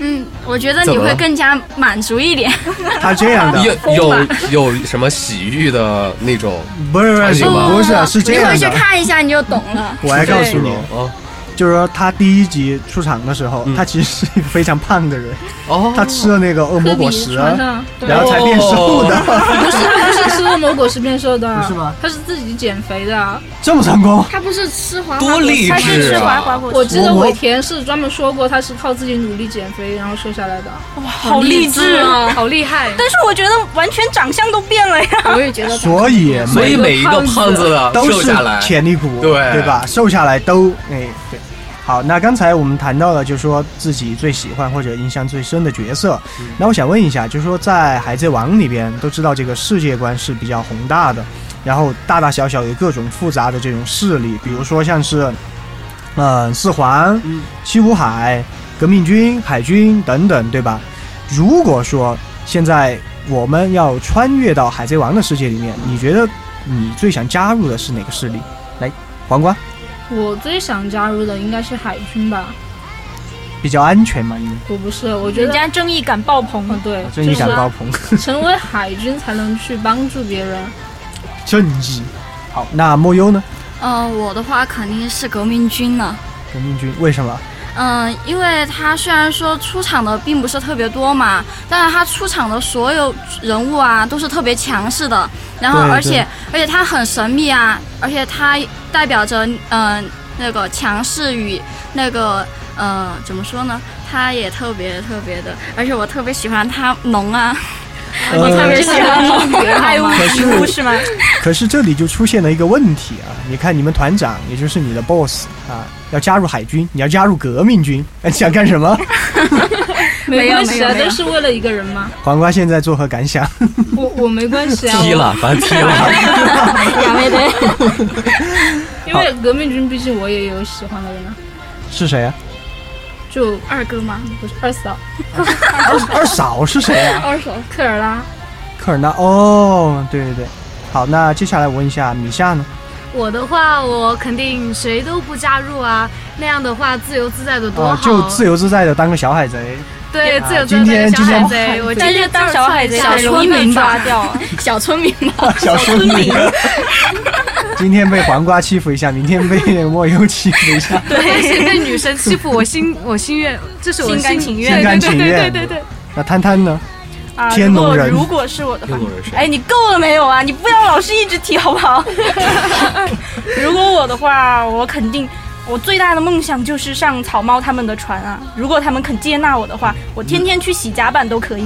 [SPEAKER 2] 嗯，我觉得你
[SPEAKER 5] 怎么
[SPEAKER 2] 会
[SPEAKER 5] 了
[SPEAKER 2] 更加满足一点。
[SPEAKER 1] 候他这样的，
[SPEAKER 5] 有有有什么洗浴的那种
[SPEAKER 1] 不是不
[SPEAKER 5] 场
[SPEAKER 1] 是
[SPEAKER 5] 景吗
[SPEAKER 1] 不是啊是这
[SPEAKER 2] 哦你
[SPEAKER 1] 样
[SPEAKER 2] 回去
[SPEAKER 1] 的。
[SPEAKER 2] 看一下你就懂了。
[SPEAKER 1] 我还告诉你，
[SPEAKER 5] 哦
[SPEAKER 1] 就是说他第一集出场的时候，
[SPEAKER 5] 嗯
[SPEAKER 1] 他其实是一个非常胖的人，
[SPEAKER 5] 哦，
[SPEAKER 1] 他吃了那个恶魔
[SPEAKER 6] 科
[SPEAKER 1] 果
[SPEAKER 6] 比
[SPEAKER 1] 实，啊
[SPEAKER 6] 船上，对
[SPEAKER 1] 然后才变瘦的，
[SPEAKER 6] 啊 (laughs) 不是不是吃恶魔果实变瘦的，啊
[SPEAKER 1] 不是吗？
[SPEAKER 6] 他是自己减肥的。啊
[SPEAKER 1] 这么成功，
[SPEAKER 2] 他不是吃黄
[SPEAKER 5] 多励
[SPEAKER 7] 他是
[SPEAKER 5] 志
[SPEAKER 7] 吃华华
[SPEAKER 5] 啊！
[SPEAKER 7] 果
[SPEAKER 6] 我
[SPEAKER 7] 实，
[SPEAKER 6] 记得
[SPEAKER 1] 我
[SPEAKER 6] 尾田是专门说过，他是靠自己努力减肥然后瘦下来的。啊
[SPEAKER 7] 好励志啊！
[SPEAKER 3] 啊，好厉
[SPEAKER 6] (laughs)
[SPEAKER 3] 害！
[SPEAKER 7] 但是我觉得完全长相都变了呀，
[SPEAKER 6] 我也觉得
[SPEAKER 1] 所以
[SPEAKER 5] 所以
[SPEAKER 1] 每
[SPEAKER 5] 每一个胖子的
[SPEAKER 1] 都
[SPEAKER 5] 瘦
[SPEAKER 1] 是
[SPEAKER 5] 下来，
[SPEAKER 1] 潜力股，
[SPEAKER 5] 对
[SPEAKER 1] 对吧？瘦下来都哎对。好，那刚才我们谈到了，就是说自己最喜欢或者印象最深的角色。
[SPEAKER 5] 嗯
[SPEAKER 1] 那我想问一下，就是说在《海贼王》里边，都知道这个世界观是比较宏大的，然后大大小小有各种复杂的这种势力，比如说像是，嗯、四环、
[SPEAKER 5] 嗯
[SPEAKER 1] 西五海、革命军、海军等等，对吧？如果说现在我们要穿越到海贼王的世界里面，你觉得你最想加入的是哪个势力？来，黄瓜
[SPEAKER 6] 我最想加入的应该是海军吧，
[SPEAKER 1] 比较安全嘛，因为
[SPEAKER 6] 我不是，我觉
[SPEAKER 7] 人
[SPEAKER 6] 得，
[SPEAKER 7] 家正义感爆棚
[SPEAKER 6] 嗯，，对，
[SPEAKER 1] 正义
[SPEAKER 6] 就
[SPEAKER 1] 感
[SPEAKER 6] 是
[SPEAKER 1] 爆棚，
[SPEAKER 6] 成为海军才能去帮助别人。
[SPEAKER 1] 正义。好，那莫优呢？
[SPEAKER 2] 嗯、我的话肯定是革命军了。
[SPEAKER 1] 革命军为什么？
[SPEAKER 2] 嗯，因为他虽然说出场的并不是特别多嘛，但是他出场的所有人物啊都是特别强势的，然后
[SPEAKER 1] 对
[SPEAKER 2] 而且而且他很神秘啊，而且他代表着嗯、那个强势与那个呃怎么说呢？他也特别特别的，而且我特别喜欢他龙啊，
[SPEAKER 1] 呃
[SPEAKER 2] 我特别喜欢龙，
[SPEAKER 6] (laughs) 哎
[SPEAKER 7] 爱屋
[SPEAKER 1] 可
[SPEAKER 7] 及
[SPEAKER 1] 是
[SPEAKER 7] (laughs) 乌是吗？
[SPEAKER 1] 可是这里就出现了一个问题啊！你看，你们团长，也就是你的 boss 啊，要加入海军，你要加入革命军，哎你想干什 (laughs) 么？
[SPEAKER 2] 没有
[SPEAKER 6] 关系啊，
[SPEAKER 2] 没有没有
[SPEAKER 6] 都是为了一个人嘛。
[SPEAKER 1] 黄瓜现在作何感想？
[SPEAKER 6] 我我没关系啊，
[SPEAKER 5] 踢
[SPEAKER 6] 我
[SPEAKER 7] (laughs)
[SPEAKER 5] 了，把他踢
[SPEAKER 7] 哎
[SPEAKER 5] 了。
[SPEAKER 7] 两位对，
[SPEAKER 6] (laughs) 因为革命军毕竟我也有喜欢的人啊，
[SPEAKER 1] 是谁啊？
[SPEAKER 6] 就
[SPEAKER 2] 二哥吗？
[SPEAKER 6] 不是二嫂，
[SPEAKER 1] 二二嫂是谁啊？
[SPEAKER 6] 二嫂克尔拉。
[SPEAKER 1] 科尔纳哦，对对对，好，那接下来我问一下米夏呢？
[SPEAKER 3] 我的话，我肯定谁都不加入啊，那样的话自由自在的多
[SPEAKER 1] 哦，
[SPEAKER 3] 好。
[SPEAKER 1] 就自由自在的当个小海贼，
[SPEAKER 3] 对
[SPEAKER 1] 啊
[SPEAKER 3] 自由自在的小
[SPEAKER 1] 今天
[SPEAKER 3] 海
[SPEAKER 6] 哎
[SPEAKER 1] (laughs)
[SPEAKER 3] 贼，我今
[SPEAKER 7] 但是
[SPEAKER 3] 天
[SPEAKER 7] 当小海贼
[SPEAKER 2] 小
[SPEAKER 7] 很容易
[SPEAKER 2] 村
[SPEAKER 7] 被
[SPEAKER 2] 民吧
[SPEAKER 7] 抓掉啊，
[SPEAKER 2] (laughs) 小村民吗？
[SPEAKER 1] 小村民。 (laughs) 今天被黄瓜欺负一下，明天被莫忧欺负一下，
[SPEAKER 3] 而且被女生欺负，我心我心愿，这是我
[SPEAKER 7] 心甘情
[SPEAKER 1] 心
[SPEAKER 7] 愿。
[SPEAKER 1] 甘情愿。
[SPEAKER 3] 对对对，
[SPEAKER 1] 那摊摊呢？
[SPEAKER 7] 啊，
[SPEAKER 1] 天
[SPEAKER 7] 如
[SPEAKER 1] 龙
[SPEAKER 7] 果
[SPEAKER 1] 人
[SPEAKER 7] 如果是我的话
[SPEAKER 5] 天龙人，是
[SPEAKER 7] 哎，你够了没有啊？你不要老是一直提好不好？ (laughs) 如果我的话，我肯定。我最大的梦想就是上草帽他们的船啊！如果他们肯接纳我的话，我天天去洗甲板都可以，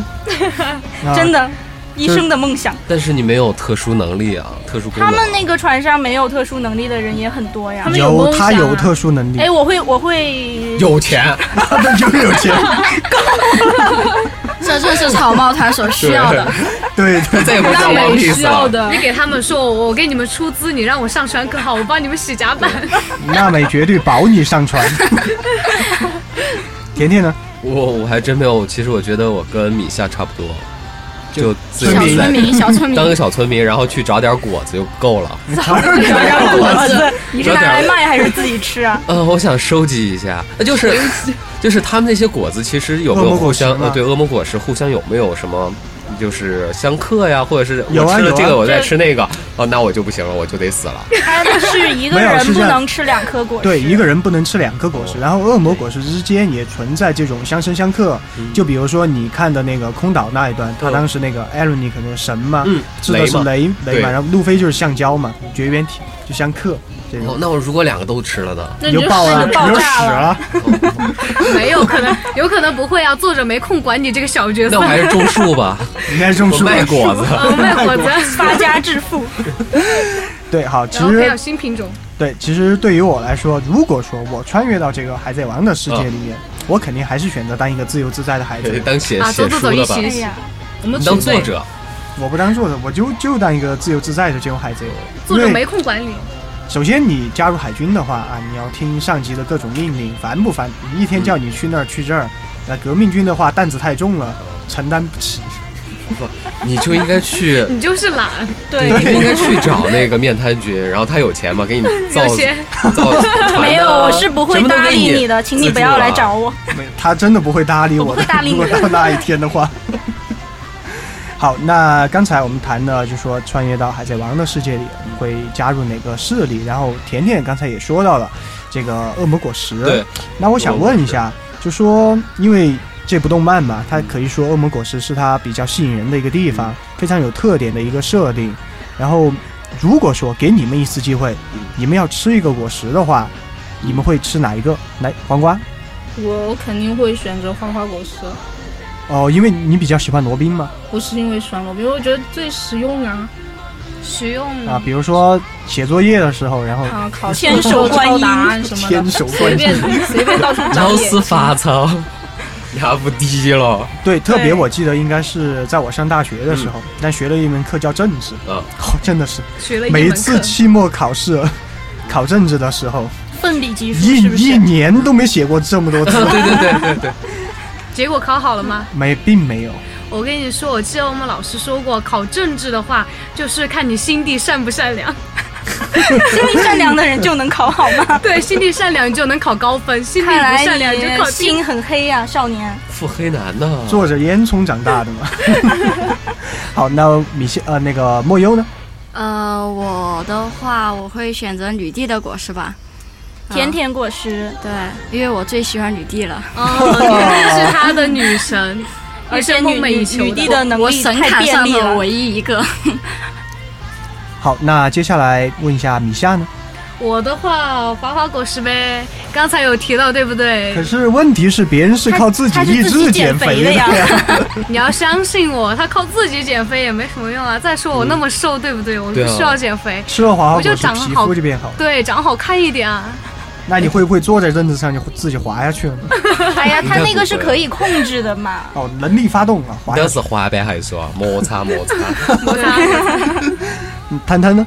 [SPEAKER 1] 啊
[SPEAKER 7] 真的。一生的梦想。
[SPEAKER 5] 但是你没有特殊能力啊，特殊功
[SPEAKER 7] 他
[SPEAKER 5] 能。
[SPEAKER 7] 们那个船上没有特殊能力的人也很多呀
[SPEAKER 6] 他。们有
[SPEAKER 1] 有
[SPEAKER 6] 梦
[SPEAKER 1] 他
[SPEAKER 6] 想
[SPEAKER 1] 有
[SPEAKER 6] 啊
[SPEAKER 1] 特殊能力
[SPEAKER 7] 哎，，我会，
[SPEAKER 5] (laughs)
[SPEAKER 7] 我会，
[SPEAKER 5] 有
[SPEAKER 7] (laughs)
[SPEAKER 5] 钱，
[SPEAKER 1] 他们就有钱，
[SPEAKER 2] (laughs) 这正是草帽团所需要的。
[SPEAKER 1] 对
[SPEAKER 5] (laughs)
[SPEAKER 1] 对，
[SPEAKER 5] 再也不
[SPEAKER 6] 那
[SPEAKER 5] 叫王
[SPEAKER 6] 没
[SPEAKER 5] 必
[SPEAKER 6] 需
[SPEAKER 5] 死
[SPEAKER 6] 要
[SPEAKER 5] 了。
[SPEAKER 6] 的
[SPEAKER 3] 你。给他们说，我我给你们出资，你让我上船可好？我帮你们洗甲板。
[SPEAKER 1] 娜美绝对保你上船。甜甜呢？
[SPEAKER 5] 我我还真没有，其实我觉得我跟米夏差不多，
[SPEAKER 1] 就
[SPEAKER 5] 就自由
[SPEAKER 1] 村
[SPEAKER 2] 小
[SPEAKER 1] 民
[SPEAKER 2] 村民，小村民
[SPEAKER 5] 当，个小村民，然后去找点果子就够了。
[SPEAKER 1] (laughs)
[SPEAKER 7] 果子，你是拿来卖还是自己吃啊？
[SPEAKER 5] 呃，我想收集一下，那就是就是他们那些果子，其实有没
[SPEAKER 1] 恶
[SPEAKER 5] 有
[SPEAKER 1] 魔果
[SPEAKER 5] 互相
[SPEAKER 1] 实吗
[SPEAKER 5] 呃，对，恶魔果实互相有没有什么？就是相克呀，或者是
[SPEAKER 1] 有
[SPEAKER 5] 我
[SPEAKER 1] 啊
[SPEAKER 5] 吃了
[SPEAKER 1] 有啊
[SPEAKER 5] 这个，我再吃那个，哦，那我就不行了，我就得死了。
[SPEAKER 7] 他是一个
[SPEAKER 1] 没有
[SPEAKER 7] 人
[SPEAKER 1] 是这
[SPEAKER 7] 不
[SPEAKER 1] 样
[SPEAKER 7] 能吃两颗果实。
[SPEAKER 1] 对，一个人不能吃两颗果实，然后恶魔果实之间也存在这种相生相克。就比如说你看的那个空岛那一段，他
[SPEAKER 5] 嗯
[SPEAKER 1] 当时那个艾伦尼可能神嘛，
[SPEAKER 5] 嗯
[SPEAKER 1] 制的是
[SPEAKER 5] 雷嘛
[SPEAKER 1] 雷雷
[SPEAKER 5] 对
[SPEAKER 1] 嘛，然后路飞就是橡胶嘛，绝缘体就相克这
[SPEAKER 5] 哦
[SPEAKER 1] 种，，
[SPEAKER 5] 那我如果两个都吃了呢？
[SPEAKER 7] 那
[SPEAKER 1] 你
[SPEAKER 7] 你
[SPEAKER 1] 就爆了，
[SPEAKER 7] 就
[SPEAKER 1] 你
[SPEAKER 7] 爆
[SPEAKER 1] 就
[SPEAKER 7] 炸
[SPEAKER 1] 死
[SPEAKER 7] 了。
[SPEAKER 1] 了。
[SPEAKER 3] (laughs) 没有可能，有可能不会啊，作者没空管你这个小角
[SPEAKER 5] 那
[SPEAKER 3] 色
[SPEAKER 5] 我。还是种树 (laughs) 吧，
[SPEAKER 1] 应该种
[SPEAKER 5] 我
[SPEAKER 1] 树
[SPEAKER 5] 卖果子。
[SPEAKER 3] 啊我卖果子，
[SPEAKER 7] 发家致富，
[SPEAKER 1] 对，好，其
[SPEAKER 3] 然后培养
[SPEAKER 1] 实
[SPEAKER 3] 新品种。
[SPEAKER 1] 对，其实对于我来说，如果说我穿越到这个海贼王的世界
[SPEAKER 5] 嗯
[SPEAKER 1] 里面，我肯定还是选择当一个自由自在的海贼。
[SPEAKER 5] (laughs) 当写
[SPEAKER 3] 啊
[SPEAKER 5] 写
[SPEAKER 3] 走走
[SPEAKER 5] 书
[SPEAKER 3] 走一
[SPEAKER 5] 的吧
[SPEAKER 3] 起，
[SPEAKER 7] 哎呀，
[SPEAKER 6] 我们
[SPEAKER 5] 你当
[SPEAKER 6] 只会
[SPEAKER 5] 作，者，
[SPEAKER 1] 我不当作者，我就就当一个自由自在的这种海贼。
[SPEAKER 3] 作
[SPEAKER 1] 因
[SPEAKER 3] 者
[SPEAKER 1] 为
[SPEAKER 3] 没空管理，
[SPEAKER 1] 首先，你加入海军的话啊，你要听上级的各种命令，烦不烦？一天叫你去那儿去这儿，那革命军的话担子太重了，承担不起。
[SPEAKER 5] 你就应该去，
[SPEAKER 3] 你就是懒，
[SPEAKER 5] 你就应该去找那个面摊君，然后他有钱嘛，
[SPEAKER 7] (laughs)
[SPEAKER 5] 给你造
[SPEAKER 3] 有钱
[SPEAKER 5] 造船啊
[SPEAKER 7] 没有，我是不会
[SPEAKER 5] 什么都
[SPEAKER 7] 搭
[SPEAKER 5] 给
[SPEAKER 7] 理你的，请你不要来找我。
[SPEAKER 1] 没，他真的不会搭理我
[SPEAKER 7] 我
[SPEAKER 1] 的。
[SPEAKER 7] 不会搭理
[SPEAKER 1] 如
[SPEAKER 7] 你
[SPEAKER 1] 果
[SPEAKER 7] 的
[SPEAKER 1] 到那一天的话。 (laughs) 好，那刚才我们谈的就说穿越到海贼王的世界里会加入哪个势力，然后甜甜刚才也说到了这个恶魔果实。
[SPEAKER 5] 对，
[SPEAKER 1] 那我想问一下，就说因为这部动漫嘛，它可以说《恶魔果实》是它比较吸引人的一个地方，非常有特点的一个设定。然后，如果说给你们一次机会，你们要吃一个果实的话，你们会吃哪一个？来，黄瓜
[SPEAKER 6] 我肯定会选择花花果实，
[SPEAKER 1] 哦，因为你比较喜欢罗宾嘛
[SPEAKER 6] 不是因为酸萝卜，因为我觉得最实用啊，
[SPEAKER 3] 实用
[SPEAKER 1] 啊，比如说写作业的时候，然后
[SPEAKER 6] 啊，考试
[SPEAKER 7] 千手观音
[SPEAKER 6] 抄答案什么的
[SPEAKER 1] 千，手
[SPEAKER 6] 随
[SPEAKER 1] 观音 (laughs)
[SPEAKER 6] 便，随便到处
[SPEAKER 5] 然
[SPEAKER 6] 找
[SPEAKER 5] 后
[SPEAKER 6] 野
[SPEAKER 5] 司法操，压不低了
[SPEAKER 1] 对，特别我记得应该是在我上大学的时候，但学了一门课叫政治，
[SPEAKER 5] 啊！
[SPEAKER 1] (laughs) 哦，真的是
[SPEAKER 3] 学了一
[SPEAKER 1] 每一
[SPEAKER 3] 门
[SPEAKER 1] 次
[SPEAKER 3] 课，
[SPEAKER 1] 期末考试考政治的时候。
[SPEAKER 7] 奋笔疾书
[SPEAKER 1] 一
[SPEAKER 7] 是不
[SPEAKER 1] 一
[SPEAKER 7] 是？
[SPEAKER 1] 年都没写过这么
[SPEAKER 7] (laughs)
[SPEAKER 1] 多字，
[SPEAKER 5] 对对对对对，
[SPEAKER 3] 结果考好了吗？
[SPEAKER 1] 没，并没有。
[SPEAKER 3] 我跟你说，我记得我们老师说过，考政治的话，就是看你心地善不
[SPEAKER 7] (laughs)
[SPEAKER 3] 善良。？
[SPEAKER 7] 心地善良的人就能考好吗
[SPEAKER 3] 对，心地善良你就能考高分，心地
[SPEAKER 7] 看
[SPEAKER 3] 不
[SPEAKER 7] 来
[SPEAKER 3] 善良你就
[SPEAKER 7] 你
[SPEAKER 3] 考低。
[SPEAKER 7] 心很黑呀、少年。
[SPEAKER 5] 腹黑男呢？
[SPEAKER 1] 坐着烟囱长大的
[SPEAKER 7] (laughs)
[SPEAKER 1] 嘛。好，那米线呃，那个莫忧呢？
[SPEAKER 2] 呃，我的话我会选择女帝的果实吧，啊
[SPEAKER 7] 甜甜果实，
[SPEAKER 2] 对，因为我最喜欢女帝了，
[SPEAKER 7] (laughs)
[SPEAKER 3] 哦，是他的女神，
[SPEAKER 7] 而
[SPEAKER 3] 也
[SPEAKER 7] 且
[SPEAKER 3] 是
[SPEAKER 7] 女
[SPEAKER 3] 梦寐
[SPEAKER 7] 女
[SPEAKER 3] 以求
[SPEAKER 7] 女帝的能
[SPEAKER 2] 我
[SPEAKER 7] 力
[SPEAKER 2] 神
[SPEAKER 7] 太
[SPEAKER 2] 卡
[SPEAKER 7] 便
[SPEAKER 2] 上
[SPEAKER 7] 利
[SPEAKER 2] 的
[SPEAKER 7] 了。
[SPEAKER 2] 唯一一个。
[SPEAKER 1] 好，那接下来问一下米夏呢？
[SPEAKER 3] 我的话，花花果实呗，刚才有提到对不对
[SPEAKER 1] 可？是问题是，别人是靠自己
[SPEAKER 7] 哎他
[SPEAKER 1] 意
[SPEAKER 7] 是自
[SPEAKER 1] 志
[SPEAKER 7] 己减
[SPEAKER 1] 肥
[SPEAKER 7] 肥的呀
[SPEAKER 1] 呀。
[SPEAKER 3] 你要相信我，他靠自己减肥也没什么用啊。再说我那么瘦，对不对？我
[SPEAKER 5] 对
[SPEAKER 3] 不
[SPEAKER 5] 啊
[SPEAKER 3] 需要减肥。
[SPEAKER 1] (laughs) 吃了黄花
[SPEAKER 3] 我就
[SPEAKER 1] 果汁，
[SPEAKER 3] 长得
[SPEAKER 1] 皮
[SPEAKER 3] 好
[SPEAKER 1] 肤就变好。
[SPEAKER 3] 对，长好看一点啊！
[SPEAKER 1] 那你会不会坐在凳子上就自己滑下去了呢？
[SPEAKER 7] (laughs) 哎呀，他那个是
[SPEAKER 5] 应该不会啊
[SPEAKER 7] 可以控制的 (laughs) 嘛。
[SPEAKER 1] 哦，能力发动啊，滑下
[SPEAKER 5] 当
[SPEAKER 1] 去。
[SPEAKER 5] 时滑呗，还说摩擦摩 (laughs) 擦，
[SPEAKER 3] 我擦，
[SPEAKER 1] 嗯摊摊呢？